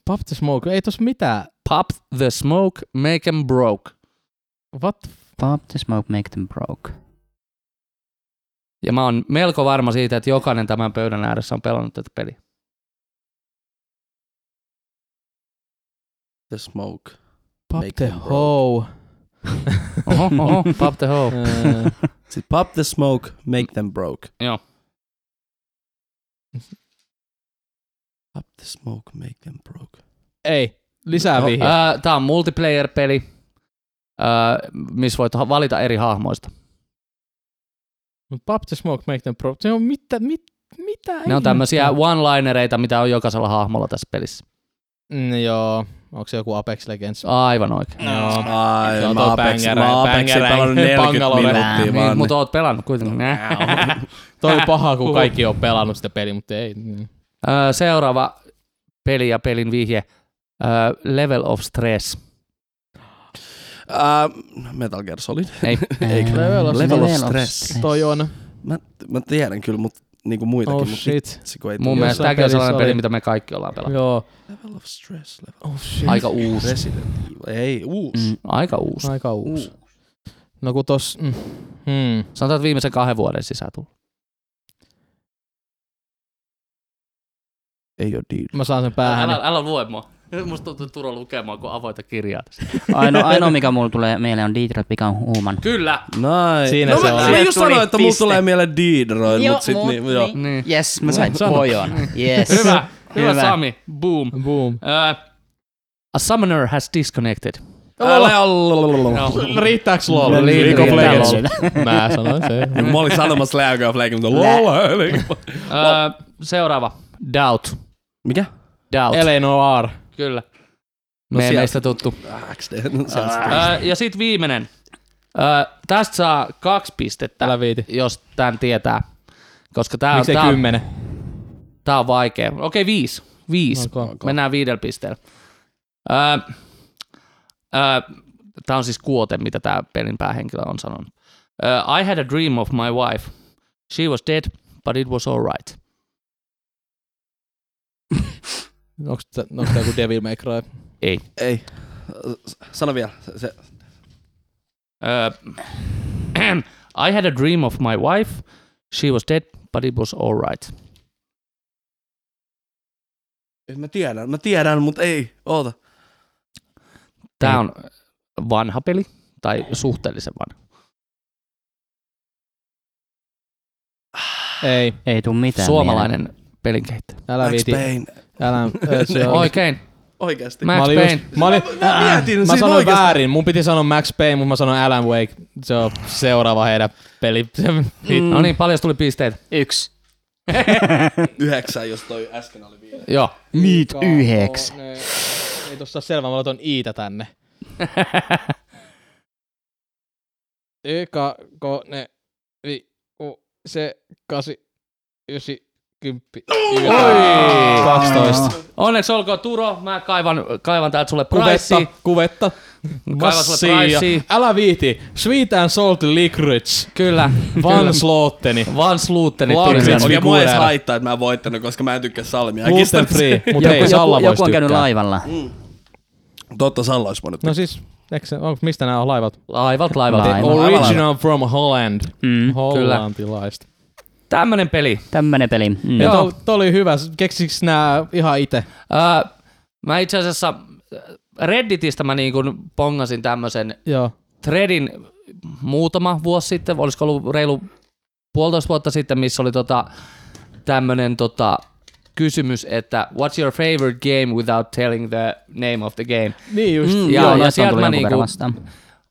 Pop the smoke. Ei tos mitään. Pop the smoke, make him broke. What? Pop the smoke, make them broke. Ja mä oon melko varma siitä, että jokainen tämän pöydän ääressä on pelannut tätä peliä. The smoke. Pop Make the them broke. hoe. Oho, <laughs> oho, pop the hole. Öö, Sitten pop the smoke, make them broke. Joo. Pop the smoke, make them broke. Ei. Lisää No, vihjeitä. Uh, tää on multiplayer-peli, uh, missä voit ha- valita eri hahmoista. Mut Pop the smoke, make them pro. Se on mitä, mit, mitä Ne on ihmettä? tämmöisiä one-linereita, mitä on jokaisella hahmolla tässä pelissä. Mm, joo. Onko se joku Apex Legends? Aivan oikein. Joo. Ai, Se on mä tuo Apex, pängärä- mä Apexin pängärä- <laughs> pelannut 40 Pangalore. minuuttia Niin, vaan. mutta oot pelannut <laughs> kuitenkin. Toi on paha, kun kaikki on pelannut sitä peliä, mutta ei. mm. Ö, Seuraava peli ja pelin vihje. Ö, Level of stress. Ää, Äh, Metal Gear Solid. <laughs> Ei. Eikö? Level of- Level of stress. Toi on. Mä, mä tiedän kyllä, mutta niinku muitakin. Oh mut shit. vitsi, kun ei Mun tullut. mielestä Jossain tämäkin on pelissä sellainen oli. peli, mitä me kaikki ollaan pelannut. Joo. Level of stress, level Oh shit. Aika uusi. Resident Evil. Ei, uusi. Mm. Aika uusi. Aika uusi. No kun tos... Mm. Hmm. Sanotaan, että viimeisen kahden vuoden sisään tullut. Ei oo deal. Mä saan sen päähän. älä lue mua. <laughs> Musta tuntuu Turo lukemaan, kun avoita kirjaa tästä. Ainoa, ainoa mikä mulla tulee mieleen on Detroit Become Human. <laughs> Kyllä. Nice. Siinä no, se mä, oli. mä Sille just tuli sanoin, että mulla piste. tulee mieleen Deedroid, Joo, mut sit mut niin, joo. niin. Niin. Yes, mä sain Sano. pojon. Yes. Hyvä. <laughs> Hyvä, Hyvä. Sami. Boom. Boom. Ö, a summoner has disconnected. Älä olla. Riittääks lol? No, riittää. League of Riittää Legends. <laughs> lol. Mä sanoin se. Niin, Mä olin sanomassa League of Legends, mutta lol. Ö, Seuraava. Doubt. Mikä? Doubt. Eleanor. Kyllä. No Me sieltä. meistä tuttu. Ah, XD. No, se on se. Öö, ja sitten viimeinen. Öö, tästä saa kaksi pistettä, Älä viiti. jos tämän tietää. Koska tämä on, Miksei tää on, kymmenen? tää on vaikea. Okei, viisi. Viisi. Olkoon. Mennään viidellä pisteellä. Öö, öö, tämä on siis kuote, mitä tämä pelin päähenkilö on sanonut. Öö, I had a dream of my wife. She was dead, but it was alright. Onks tää onks tää joku Devil May Cry? Ei. Sano vielä. Se, se. Öö, Äh, <clears throat> I had a dream of my wife. She was dead, but it was alright. Mä tiedän, mä tiedän, mutta ei. Oota. Tämä on vanha peli, tai suhteellisen vanha. Ei. Ei tuu mitään. Suomalainen pelinkehittäjä. Älä Max viiti. Payne. Älä. ö, se on- Oikein. Oikeesti. Mä- Mä Max olin Payne. just- Mä, olin, Mä- mä mietin, mä siis sanoin oikeesti. väärin. Mun piti sanoa Max Payne, mutta mä sanoin Alan Wake. Se on seuraava heidän peli. <laughs> Mm. No niin, paljon tuli pisteitä. Yksi. Yhdeksän, jos toi äsken oli viisi. Joo. Niit Ika- yhdeksi. o- no, ne- Ei tossa selvä, mä laitan iitä tänne. Eka, kone, vi, u, se, kasi, ysi, kymppi. Oi! 12. Onneksi olkoon Turo, mä kaivan, kaivan täältä sulle Kuvetta, pricea. kuvetta. Kaivan sulle Massia. pricea. Älä viiti. Sweet and salty licorice. Kyllä. Van Slotteni. Van Sluttenit tuli Laakri- Oli sieltä. Oikein Siis mua edes niinku kuuleena. haittaa, että mä en voittanut, koska mä en tykkää salmiakista. Gluten free, mutta Joku, ei Salla joku, voisi joku on käynyt tykkää. laivalla. Totta, Salla olisi voinut. No siis, eikö se, on, mistä nämä on laivat? Laivat, laivat. Laivat. laivat. Original from Holland. Mm, Hollantilaista. Tämmönen peli. Tämmönen peli. Mm. Ja Joo. to, to oli hyvä. Keksiks nää ihan itse? Öö, mä itse asiassa äh, Redditistä mä niin kuin pongasin tämmöisen Joo. threadin muutama vuosi sitten, olisiko ollut reilu puolitoista vuotta sitten, missä oli tota, tämmöinen tota, kysymys, että what's your favorite game without telling the name of the game? Niin just. Mm, ja- joo, ja ja, sieltä sieltä mä mä niinku- niinku... vastaan.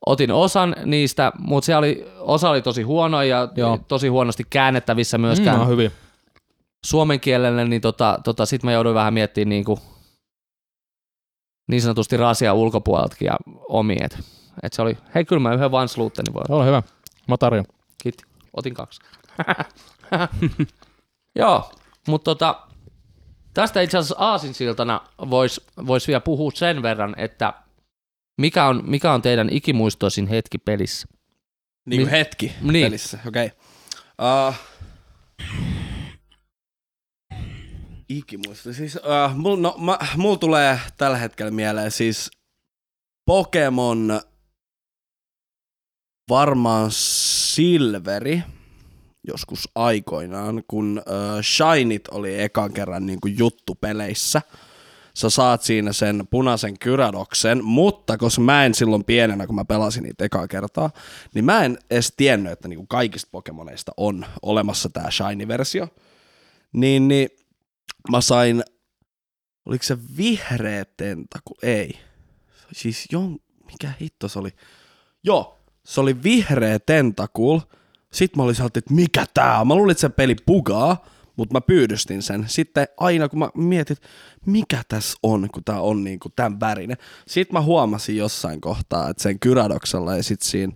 Otin osan niistä, mutta se oli, osa oli tosi huono ja Joo. tosi huonosti käännettävissä Mm, myöskään on hyvin. suomen kielelle, niin tota, tota, sit mä jouduin vähän miettimään niin, kuin, niin sanotusti rasia ulkopuoleltakin ja omia. Et, et se oli, hei kyllä mä yhden Van Sluttenin voi Ole hyvä. Mä tarjon. Kiitti. Otin kaksi. <laughs> Joo, mutta tota, tästä itse asiassa aasinsiltana voisi vois vielä puhua sen verran, että mikä on, mikä on teidän ikimuistoisin hetki pelissä? Niin kuin Mi- hetki Niin. pelissä, okei. Okay. Uh, ikimuista. Siis, uh, mul, no, mä, mul tulee tällä hetkellä mieleen siis Pokemon varmaan Silveri joskus aikoinaan, kun uh, Shinit oli ekan kerran niin kuin juttu peleissä sä saat siinä sen punaisen kyradoksen, mutta koska mä en silloin pienenä, kun mä pelasin niitä ekaa kertaa, niin mä en edes tiennyt, että niinku kaikista Pokemoneista on olemassa tää Shiny-versio, niin, niin mä sain, oliko se vihreä tentaku? Ei. Siis jon, mikä hitto se oli? Joo, se oli vihreä tentakul. Sitten mä olin sieltä, että mikä tää on? Mä luulin, että se peli bugaa, mutta mä pyydystin sen. Sitten aina kun mä mietin, että mikä tässä on, kun tää on niinku tämän värinen. Sitten mä huomasin jossain kohtaa, että sen kyradoksella ja sit siinä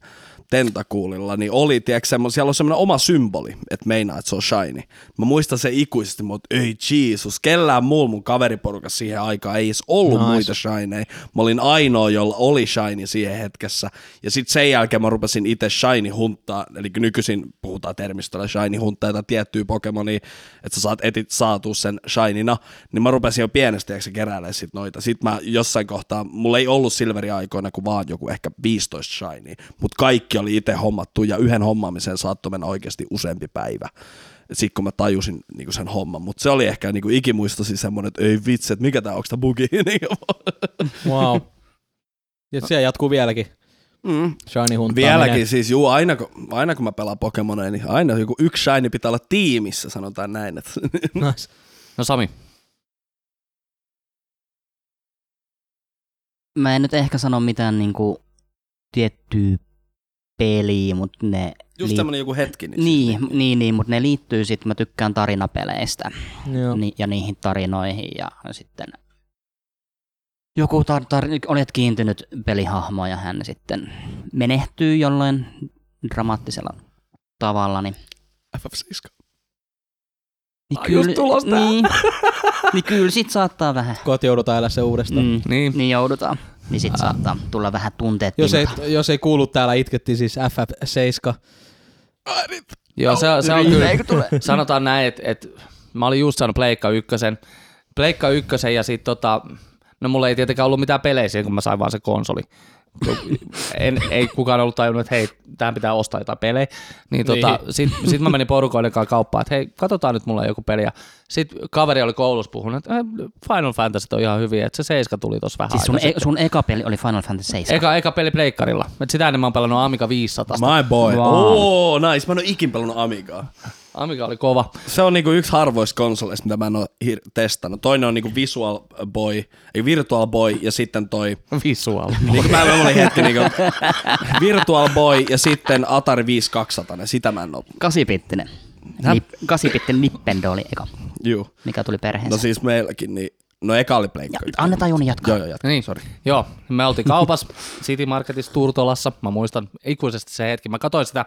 tentakuulilla, niin oli, tiedätkö, semmo- siellä on semmoinen oma symboli, että meinaa, että se on shiny. Mä muistan sen ikuisesti, mutta ei Jeesus, kellään muulla mun kaveriporukassa siihen aikaan ei edes ollut Nice. nice. muita shineja. Mä olin ainoa, jolla oli shiny siihen hetkessä. Ja sitten sen jälkeen mä rupesin itse shiny hunttaa, eli nykyisin puhutaan termistöllä shiny hunttaa jotain tiettyä Pokemonia, että sä saat etit saatu sen shinina, niin mä rupesin jo pienestä tiedätkö, keräilemään sit noita. Sitten mä jossain kohtaa, mulla ei ollut silveriaikoina kuin vaan joku ehkä 15 shiny, mutta kaikki oli itse hommattu ja yhden hommaamiseen saattoi mennä oikeasti useampi päivä sitten kun mä tajusin niinku sen homman. Mutta se oli ehkä niinku ikimuistosi semmoinen, että ei vitsi, että mikä tämä, onko tämä bugi? <laughs> Niinku. Wow. <laughs> Ja se jatkuu vieläkin. mm. Shiny huntaaminen. Vieläkin siis, juu, aina kun, aina kun mä pelaan Pokemonia, niin aina joku yksi shiny pitää olla tiimissä, sanotaan näin. <laughs> Että <laughs> Nice. No Sami, Mä en nyt ehkä sano mitään niinku tiettyä peliä, mutta ne... just lii- tämmöinen joku hetki. Niin, Niin, niin, niin mutta ne liittyy sitten, mä tykkään tarinapeleistä. Joo. ni- ja niihin tarinoihin ja sitten joku tar- tar- olet kiintynyt pelihahmo ja hän sitten menehtyy jollain dramaattisella tavalla, niin, FF7. niin Ai, just tulos tää. niin, niin kyllä sit saattaa vähän, Kohta joudutaan elää se uudestaan. Mm. mm, niin, niin joudutaan, niin sit saattaa tulla vähän tunteet Jos ei, pintaan. jos ei kuulu täällä, itkettiin siis FF7. joo, se, se on kyllä, <laughs> sanotaan näin, että et, mä olin just saanut Pleikka ykkösen, Pleikka ykkösen ja sit tota, no mulla ei tietenkään ollut mitään pelejä siihen, kun mä sain vaan se konsoli. En, ei kukaan ollut tajunnut, että hei, tähän pitää ostaa jotain pelejä. Niin, tota, Niin. sit, sit mä menin porukoiden kanssa kauppaan, että hei, katsotaan nyt mulla on joku peli. Ja sit kaveri oli koulussa puhunut, että eh, Final Fantasy on ihan hyviä, että se seiska tuli tossa vähän Siis sun, aikaa e- sun eka peli oli Final Fantasy 7. Eka, eka peli pleikkarilla. Et sitä ennen mä oon pelannut Amiga 500. My boy. Wow. Oo, nice. Mä en ole ikin pelannut Amigaa. Amiga oli kova. Se on niinku yksi harvoista konsoleista, mitä mä en ole hir- testannut. Toinen on niinku Visual Boy, ei Virtual Boy, ja sitten toi Visual. Niin kuin mä, mä olin hetki niin Virtual Boy ja sitten Atari 5200, sitä mä en oo. 8-bittinen. Häh? Nip, kasipitten Nippendo oli eka, Juu. mikä tuli perheensä. No siis meilläkin, niin... No eka oli pleikka. ja, ah, annetaan Joni jatkaa. Joo, joo, jatka. Niin, Sorry. Joo, me oltiin <laughs> kaupassa City Marketissa Turtolassa. Mä muistan ikuisesti se hetki. Mä katsoin sitä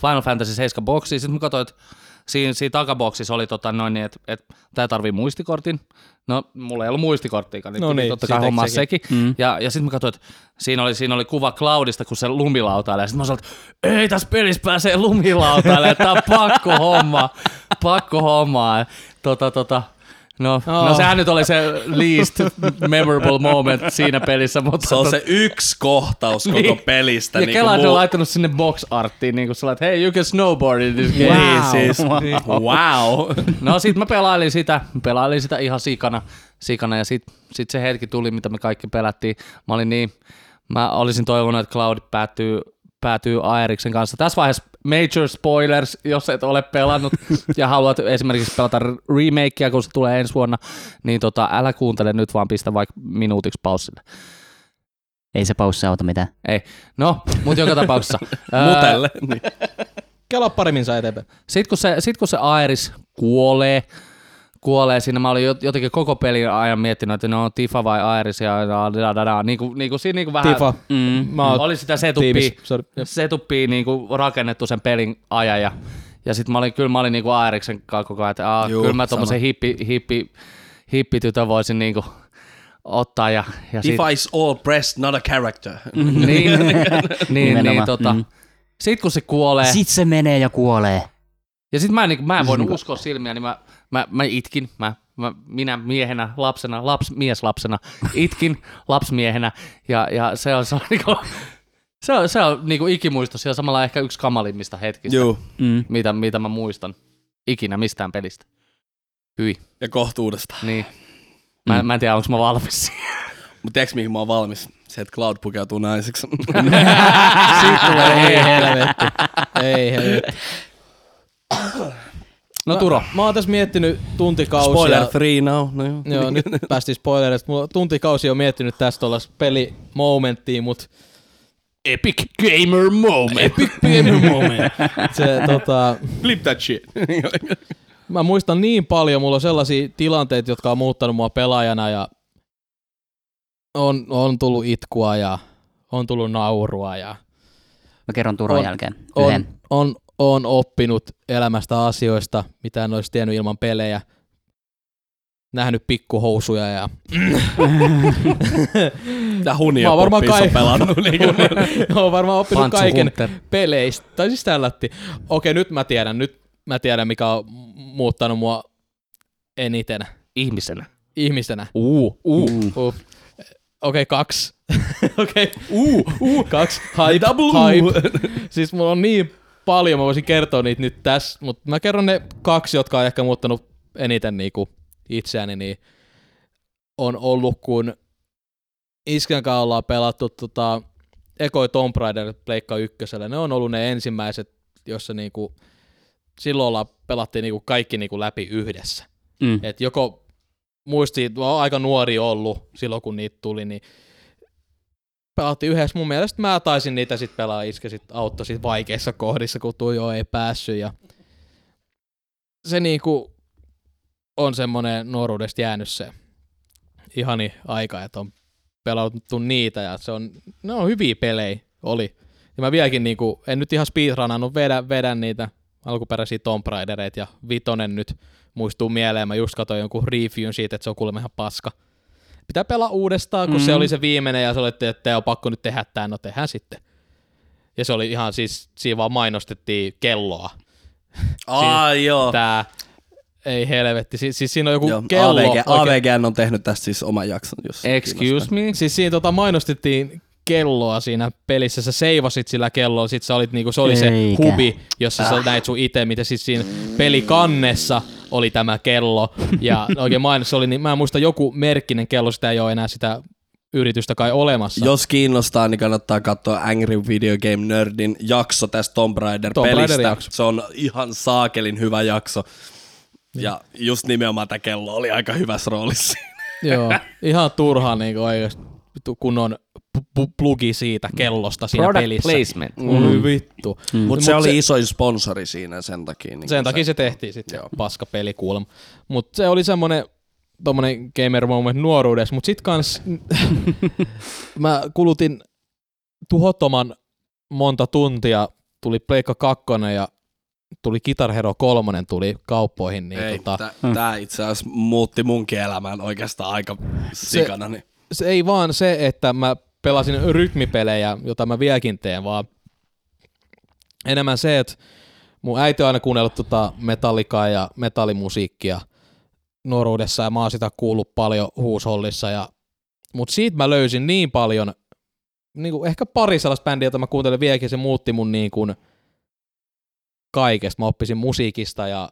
Final Fantasy 7 boksia, sitten mä katsoin, että siinä, siinä takaboksissa oli tota noin, niin, että, että tää tarvii muistikortin. No, mulla ei ollut muistikorttiakaan, niin, No no niin niin, totta kai siitä hommaa sekin. sekin. Mm. Ja, ja sitten mä katsoin, että siinä oli, siinä oli kuva Cloudista, kun se lumilautailee. Ja sitten mä sanoin, että ei tässä pelissä pääsee lumilautailemaan, tää on pakko homma, pakko hommaa. Tota, tota, No, oh. no Oh. sehän nyt oli se least memorable moment siinä pelissä, mutta Se on se yksi kohtaus koko Niin. pelistä. ja niinku Kela on muu- laittanut sinne box arttiin, niin kuin sillä, että hei, you can snowboard in this game. Niin, siis. Wow. No sit mä pelailin sitä, pelailin sitä ihan sikana, sikana ja sit, sit se hetki tuli, mitä me kaikki pelättiin. Mä olin niin, mä olisin toivonut, että Cloud päätyy, päätyy Aeriksen kanssa. Tässä vaiheessa major spoilers, jos et ole pelannut ja haluat esimerkiksi pelata remakea, kun se tulee ensi vuonna, niin tota, älä kuuntele nyt, vaan pistä vaikka minuutiksi paussille. Ei se paussi auta mitään. Ei. No, mutta joka tapauksessa. Ää, Mutelle. Niin. Kela paremmin saa eteenpäin. Sitten kun se, sit kun se Aeris kuolee, kuolee siinä, mä olin jo- jotenkin koko pelin ajan miettinyt, että no Tifa vai Aeris ja da, da, da, da. Niin kuin, niin kuin, siinä niin kuin vähän Tifa, Mm. mä oon oli sitä tiivis. setuppia, Sorry. Jep. setuppia niin kuin rakennettu sen pelin ajan ja, ja sitten mä olin, kyllä mä olin niin kuin Aeriksen kanssa koko ajan, että aah, Juu, kyllä mä sama. tommosen hippi, hippi, hippitytön voisin niin kuin ottaa ja, ja sit- Device all pressed, not a character. <laughs> <laughs> niin, niin, niin, Nimenomaan. tota. Mm. Sitten kun se Äh. kuolee, Sit se menee ja kuolee. Ja sit mä en, niin, mä en voinut uskoa silmiä, niin mä, mä, mä itkin, mä, mä, minä miehenä, lapsena, laps, mieslapsena, itkin lapsmiehenä, ja, ja se on, se on, niinku, se on, se on niinku ikimuisto, se on samalla ehkä yksi kamalimmista hetkistä, Juu. Mm. mitä, mitä mä muistan ikinä mistään pelistä. Hyi, Ja kohtuudesta. niin. Mä, mä en tiedä, onko mä valmis siihen. Mutta tiedätkö mihin mä oon valmis? Se, että Cloud <laughs> pukeutuu naiseksi. Siitä tulee ei helvetti. Ei helvetti. No Turo, Mä oon tässä miettinyt tuntikausia. Spoiler free now. No joo. Joo, nyt päästiin spoilereista. Mulla tuntikausi on miettinyt tästä tollas pelimomenttiin, mut epic gamer moment. Epic Pieni moment. <laughs> Se, tota, <laughs> Flip <laughs> that shit. mä muistan niin paljon, mulla on sellaisia tilanteita, jotka on muuttanut mua pelaajana ja on, on tullut itkua ja on tullut naurua ja Mä kerron Turon On- jälkeen on, yhden. on, on oppinut elämästä asioista, mitä en olisi tiennyt ilman pelejä. Nähnyt pikkuhousuja ja <laughs> Tää hunia Mä oon varmaan poppiis on kai- pelannut. Niin <laughs> olen varmaan oppinut Pantsu kaiken Hunter. peleistä. Tai siis tällätti. Okei, nyt mä tiedän, nyt mä tiedän, mikä on muuttanut mua eniten Ihmisenä. ihmisenä. Uu, uu. Mm. Uh. Okei, okay, kaksi. <laughs> Okei. Okay. Uh, uh. Kaksi. Hype, hype. Siis mulla on niin paljon, mä voisin kertoa niitä nyt tässä, mutta mä kerron ne kaksi, jotka on ehkä muuttanut eniten niinku itseäni, niin on ollut, kun Iskän kanssa ollaan pelattu tota, ekoi Tomb Raider Pleikka ykkösellä. Ne on ollut ne ensimmäiset, jossa niinku, silloin ollaan, pelattiin niinku kaikki niinku läpi yhdessä. Mm. Et joko muisti, mä oon aika nuori ollut silloin, kun niitä tuli, niin pelattiin yhdessä. Mun mielestä mä taisin niitä sitten pelaa iskä sit auttoi sit vaikeissa kohdissa, kun tuo ei päässyt. Ja se niinku on semmoinen nuoruudesta jäänyt se ihani aika, että on pelattu niitä ja se on, ne on hyviä pelejä, oli. Ja mä vieläkin niinku, en nyt ihan speedrunannut, vedän, vedän niitä alkuperäisiä Tomb Raidereita ja vitonen nyt muistuu mieleen. Mä just katsoin jonkun reviewin siitä, että se on kuulemma ihan paska. Pitää pelaa uudestaan, kun mm. se Mm. oli se viimeinen ja se oli, että te on pakko nyt tehdä tämä, no tehdään sitten. Ja se oli ihan siis, siinä vaan mainostettiin kelloa. Ai joo. Tää, ei helvetti, siis, siis siinä on joku Oh. Joo, kello. AVG, oikein- AVGN on tehnyt tästä siis oman jakson, jos Excuse me. Siis siinä tota mainostettiin kelloa siinä pelissä, sä seivasit sillä kelloa, sit sä olit niinku, se oli se Eikä. hubi, jossa sä näit sun itemit, ja siis siinä pelikannessa oli tämä kello, ja oikein mainos oli, niin mä en muista joku merkkinen kello, sitä ei ole enää sitä yritystä kai olemassa. Jos kiinnostaa, niin kannattaa katsoa Angry Video Game Nerdin jakso tästä Tomb Tomb Raider-pelistä. Raider-jakso. Se on ihan saakelin hyvä jakso. Ja Niin. just nimenomaan tämä kello oli aika hyvässä roolissa. Joo, ihan turha niinku oikeesti, vittu kunnon p- pu- plugi siitä kellosta siinä Product pelissä. placement. Oi vittu. Mutta Mut mut se oli se... isoin sponsori siinä sen takia. Niin Sen takia se tehtiin sitten Joo. paska peli kuulemma. Mutta se oli semmonen tommonen gamer moment nuoruudessa, mutta sit kans <laughs> mä kulutin tuhottoman monta tuntia, tuli Pleikka 2 ja tuli Guitar Hero 3 tuli kauppoihin, niin Ei, tota, tota... Tämä itse asiassa muutti munkin elämään oikeastaan aika sikana. Niin. se ei vaan se, että mä pelasin rytmipelejä, jota mä vieläkin teen, vaan enemmän se, että mun äiti on aina kuunnellut tota metallikaa ja metallimusiikkia nuoruudessa ja mä oon sitä kuullut paljon huushollissa. Ja, mut siitä mä löysin niin paljon, niin kuin ehkä pari sellaista bändiä, jota mä kuuntelen vieläkin, se muutti mun niin kuin kaikesta. Mä oppisin musiikista ja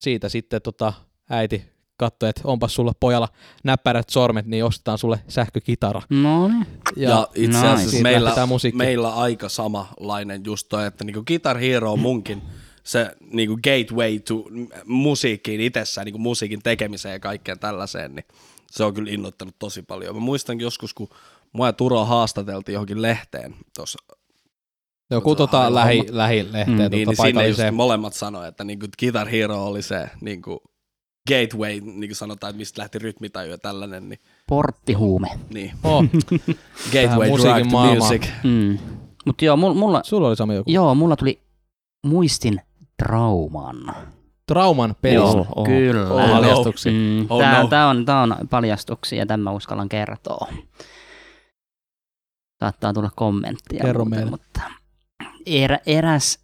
siitä sitten tota äiti katsoi, että onpas sulla pojalla näppärät sormet, niin ostetaan sulle sähkökitara. No niin. Ja, ja itse nice. asiassa Siitä meillä, lähdetään musiikki. meillä aika samanlainen just toi, että niinku Guitar Hero on munkin se niinku gateway to m- musiikkiin itsessään, niinku musiikin tekemiseen ja kaikkeen tällaiseen, niin se on kyllä innoittanut tosi paljon. Mä muistan joskus, kun mua ja Turo haastateltiin johonkin lehteen tuossa, Joku tota Aivan lähi, homma. lähilehteä Mm, mm, niin, tota niin sinne just paikalliseen. molemmat sanoi, että niinku Guitar Hero oli se niinku gateway, niin kuin sanotaan, että mistä lähti rytmitaju ja tällainen, niin, Porttihuume. niin. <laughs> Oh, gateway musiikin drug to maailmaan. music. <laughs> Mm. Mutta joo, mulla, mulla, sulla oli sama joku. joo, mulla tuli muistin trauman. Trauman pelistä. Joo, oho. Kyllä. Paljastuksia. Mm, Oh tää, no. tää, on, tää on paljastuksia, tämän mä uskallan kertoa. Saattaa tulla kommenttia. Kerro muuten, meille. Mutta erä, eräs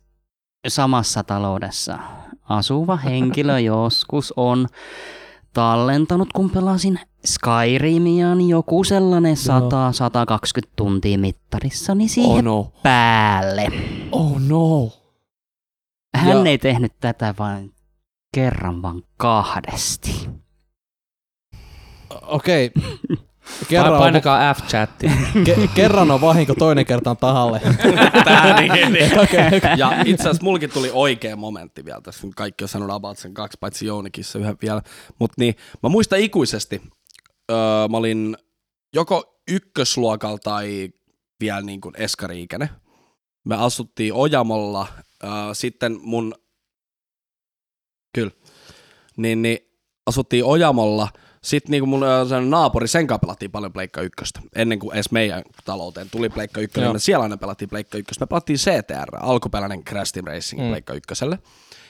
samassa taloudessa asuva <laughs> henkilö joskus on tallentanut, kun pelasin Skyrimian joku sellainen 100-120 tuntia mittarissa, niin siihen Oh, no. päälle. Oh no. Hän Ja- ei tehnyt tätä vain kerran, vaan kahdesti. <laughs> Okei. Kerran Kerran, on, painakaa F-chatti. ke, kerran on vahinko, toinen kerta on tahalle. Tää, niin, niin. <laughs> Okei. Ja itse asiassa mulki tuli oikea momentti vielä tässä. Nyt Kaikki on sanonut about sen kaksi, paitsi Jounikin se yhden vielä. Mutta niin, mä muistan ikuisesti, öö, mä olin joko ykkösluokalla tai vielä niin kuin eskariikäinen. Me asuttiin Ojamolla, öö, sitten mun, kyllä, niin, niin asuttiin Ojamolla, sitten niinku mun öö, sen naapuri, sen kanssa pelattiin paljon Pleikka ykköstä, ennen kuin edes meidän talouteen tuli Pleikka ykkönen, Joo. me siellä aina pelattiin Pleikka ykköstä. Me pelattiin CTR, alkuperäinen Crash Team Racing mm. Mm. Pleikka ykköselle.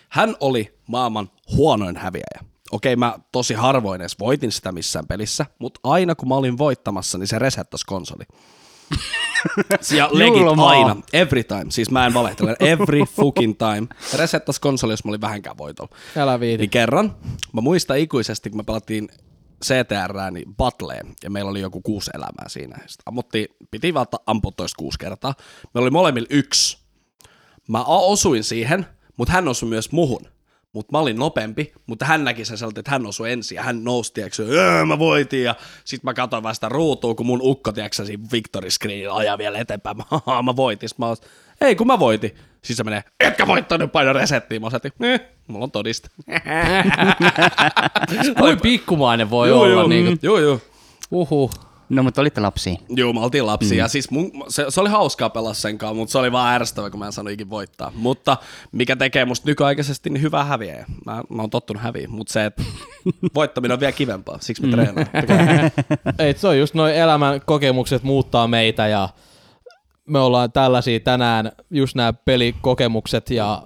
Hän oli maailman huonoin häviäjä. Okei, mä tosi harvoin edes voitin sitä missään pelissä, mutta aina kun mä olin voittamassa, niin se resettasi konsoli. Ja legit Julmaa. aina, every time, siis mä en valehtele, every fucking time. Se resettasi konsoli, jos mä olin vähänkään voitolla. Älä Niin viiti. kerran, mä muistan ikuisesti, kun me pelattiin CTR, niin Battleen, ja meillä oli joku kuusi elämää siinä. Sitten ammuttiin, piti vaan ta- ampua toista kuusi kertaa. Meillä oli molemmilla yksi. Mä a- osuin siihen, mutta hän osui myös muhun. Mutta mä olin nopeampi, mutta hän näki sen sieltä, että hän osui ensin ja hän nousi, tiedätkö, "Öö, mä voitin ja sit mä katsoin vasta sitä ruutua, kun mun ukko, tiedätkö, siinä Victory Screen ajaa vielä eteenpäin. Mä, mä voitin, sit mä oon, ei kun mä voitin. Siis se menee, etkä voittanut, paino resettiin. Mä osatin, eh, mulla on todiste. Voi pikkumainen voi olla. joo, Niin kuin, joo, joo. uhu. No, mutta olitte lapsia. Joo, me oltiin lapsia. Mm. Siis mun, se, se, oli hauskaa pelaa sen kanssa, mutta se oli vaan ärsyttävä, kun mä en saanut ikin voittaa. Mutta mikä tekee musta nykyaikaisesti, niin hyvä häviäjä. Mä, mä oon tottunut häviin, mutta se, <laughs> että voittaminen on vielä kivempaa, siksi Mm. mä treenaan. Ei, se on just noin elämän kokemukset muuttaa meitä ja me ollaan tällaisia tänään, just nämä pelikokemukset ja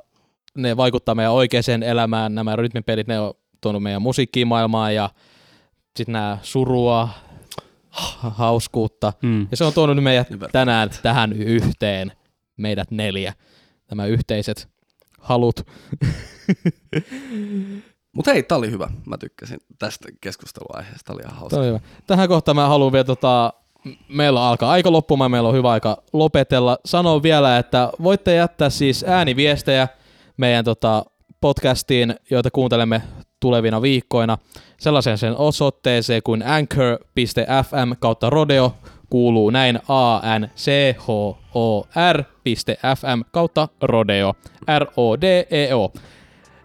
ne vaikuttaa meidän oikeaan elämään. Nämä rytmipelit, ne on tuonut meidän musiikkiin maailmaan ja sitten nämä surua, ha- hauskuutta. Mm. Ja se on tuonut meidät tänään tähän yhteen, meidät neljä, nämä yhteiset halut. mutta hei, tää oli hyvä. Mä tykkäsin tästä keskusteluaiheesta. Tää oli ihan hauska. Tämä oli hyvä. Tähän kohtaan mä haluan vielä, tota, m- meillä alkaa aika loppumaan, meillä on hyvä aika lopetella. Sanon vielä, että voitte jättää siis ääniviestejä meidän tota, podcastiin, joita kuuntelemme tulevina viikkoina. Sellaisen sen osoitteeseen kuin anchor.fm kautta rodeo kuuluu näin a n c h o r.fm kautta rodeo. R-O-D-E-O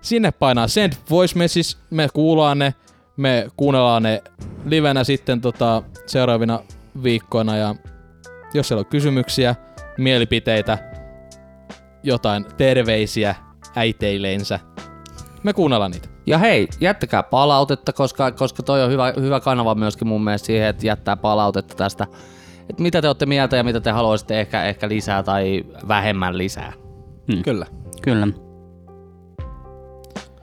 sinne painaa send voice message, me kuullaan ne, me kuunnellaan ne livenä sitten tota, seuraavina viikkoina ja Jos siellä on kysymyksiä, mielipiteitä, jotain terveisiä äiteilleensä, me kuunnellaan niitä. Ja hei, jättäkää palautetta, koska, koska toi on hyvä, hyvä kanava myöskin mun mielestä siihen, että jättää palautetta tästä. Että mitä te olette mieltä ja mitä te haluaisitte ehkä, ehkä lisää tai vähemmän lisää. Kyllä. Kyllä.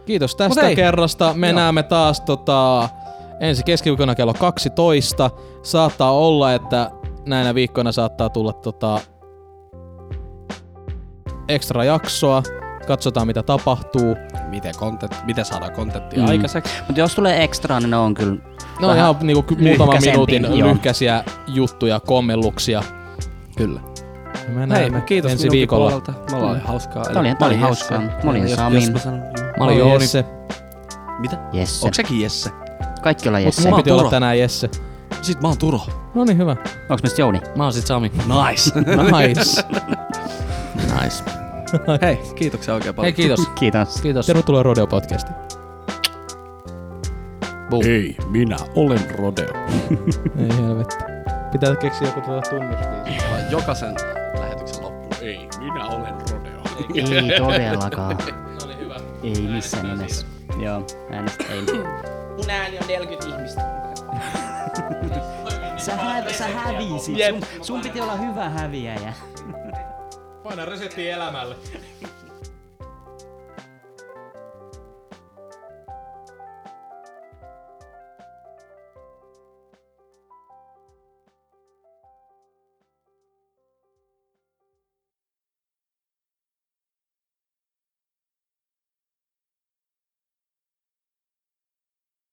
Kiitos Mut tästä ei. kerrasta. Me Joo. näemme taas tota, ensi keskiviikkona kello 12. Saattaa olla, että näinä viikkoina saattaa tulla tota, ekstra jaksoa. Katsotaan mitä tapahtuu. Miten, content, miten saadaan kontenttia Mm. mm. aikaiseksi. Mutta jos tulee ekstraa, niin ne on kyllä No Vähän ihan niinku, ky- muutaman lyhkäsempi, minuutin joo. lyhkäisiä juttuja, kommelluksia. Kyllä. Ja Me Hei, näemme kiitos ensi minunkin viikolla. puolelta. Me ollaan hauskaa. Tää oli- Mä tää oli olin hauskaa. Jesse. Mä olin Jos- jos Sami. mä sanon- Mä Oh, olin Jouni. Jesse. Mitä? Jesse. Onko sekin Jesse? Kaikki ollaan Mut Jesse. mun oon piti olla Turo. tänään Jesse. Sit mä oon Turo. No niin, hyvä. Onks meistä Jouni? Mä oon sit Sami. Nice. Nice. Nice. Hei, kiitoksia oikein paljon. Hei, kiitos. Kiitos. Kiitos. Tervetuloa Rodeo Podcastiin. Boom. Ei, minä olen Rodeo. Ei helvetti. Pitää keksiä joku tuota tunnustiin. Jokaisen lähetyksen loppuun. Ei, minä olen Rodeo. Ei todellakaan. Ei missään nimessä. Joo, äänestä ei. Mun ääni on 40 ihmistä. <laughs> sä, hä- sä hävisit. Sun, sun piti olla hyvä häviäjä. Paina reseptiä elämälle.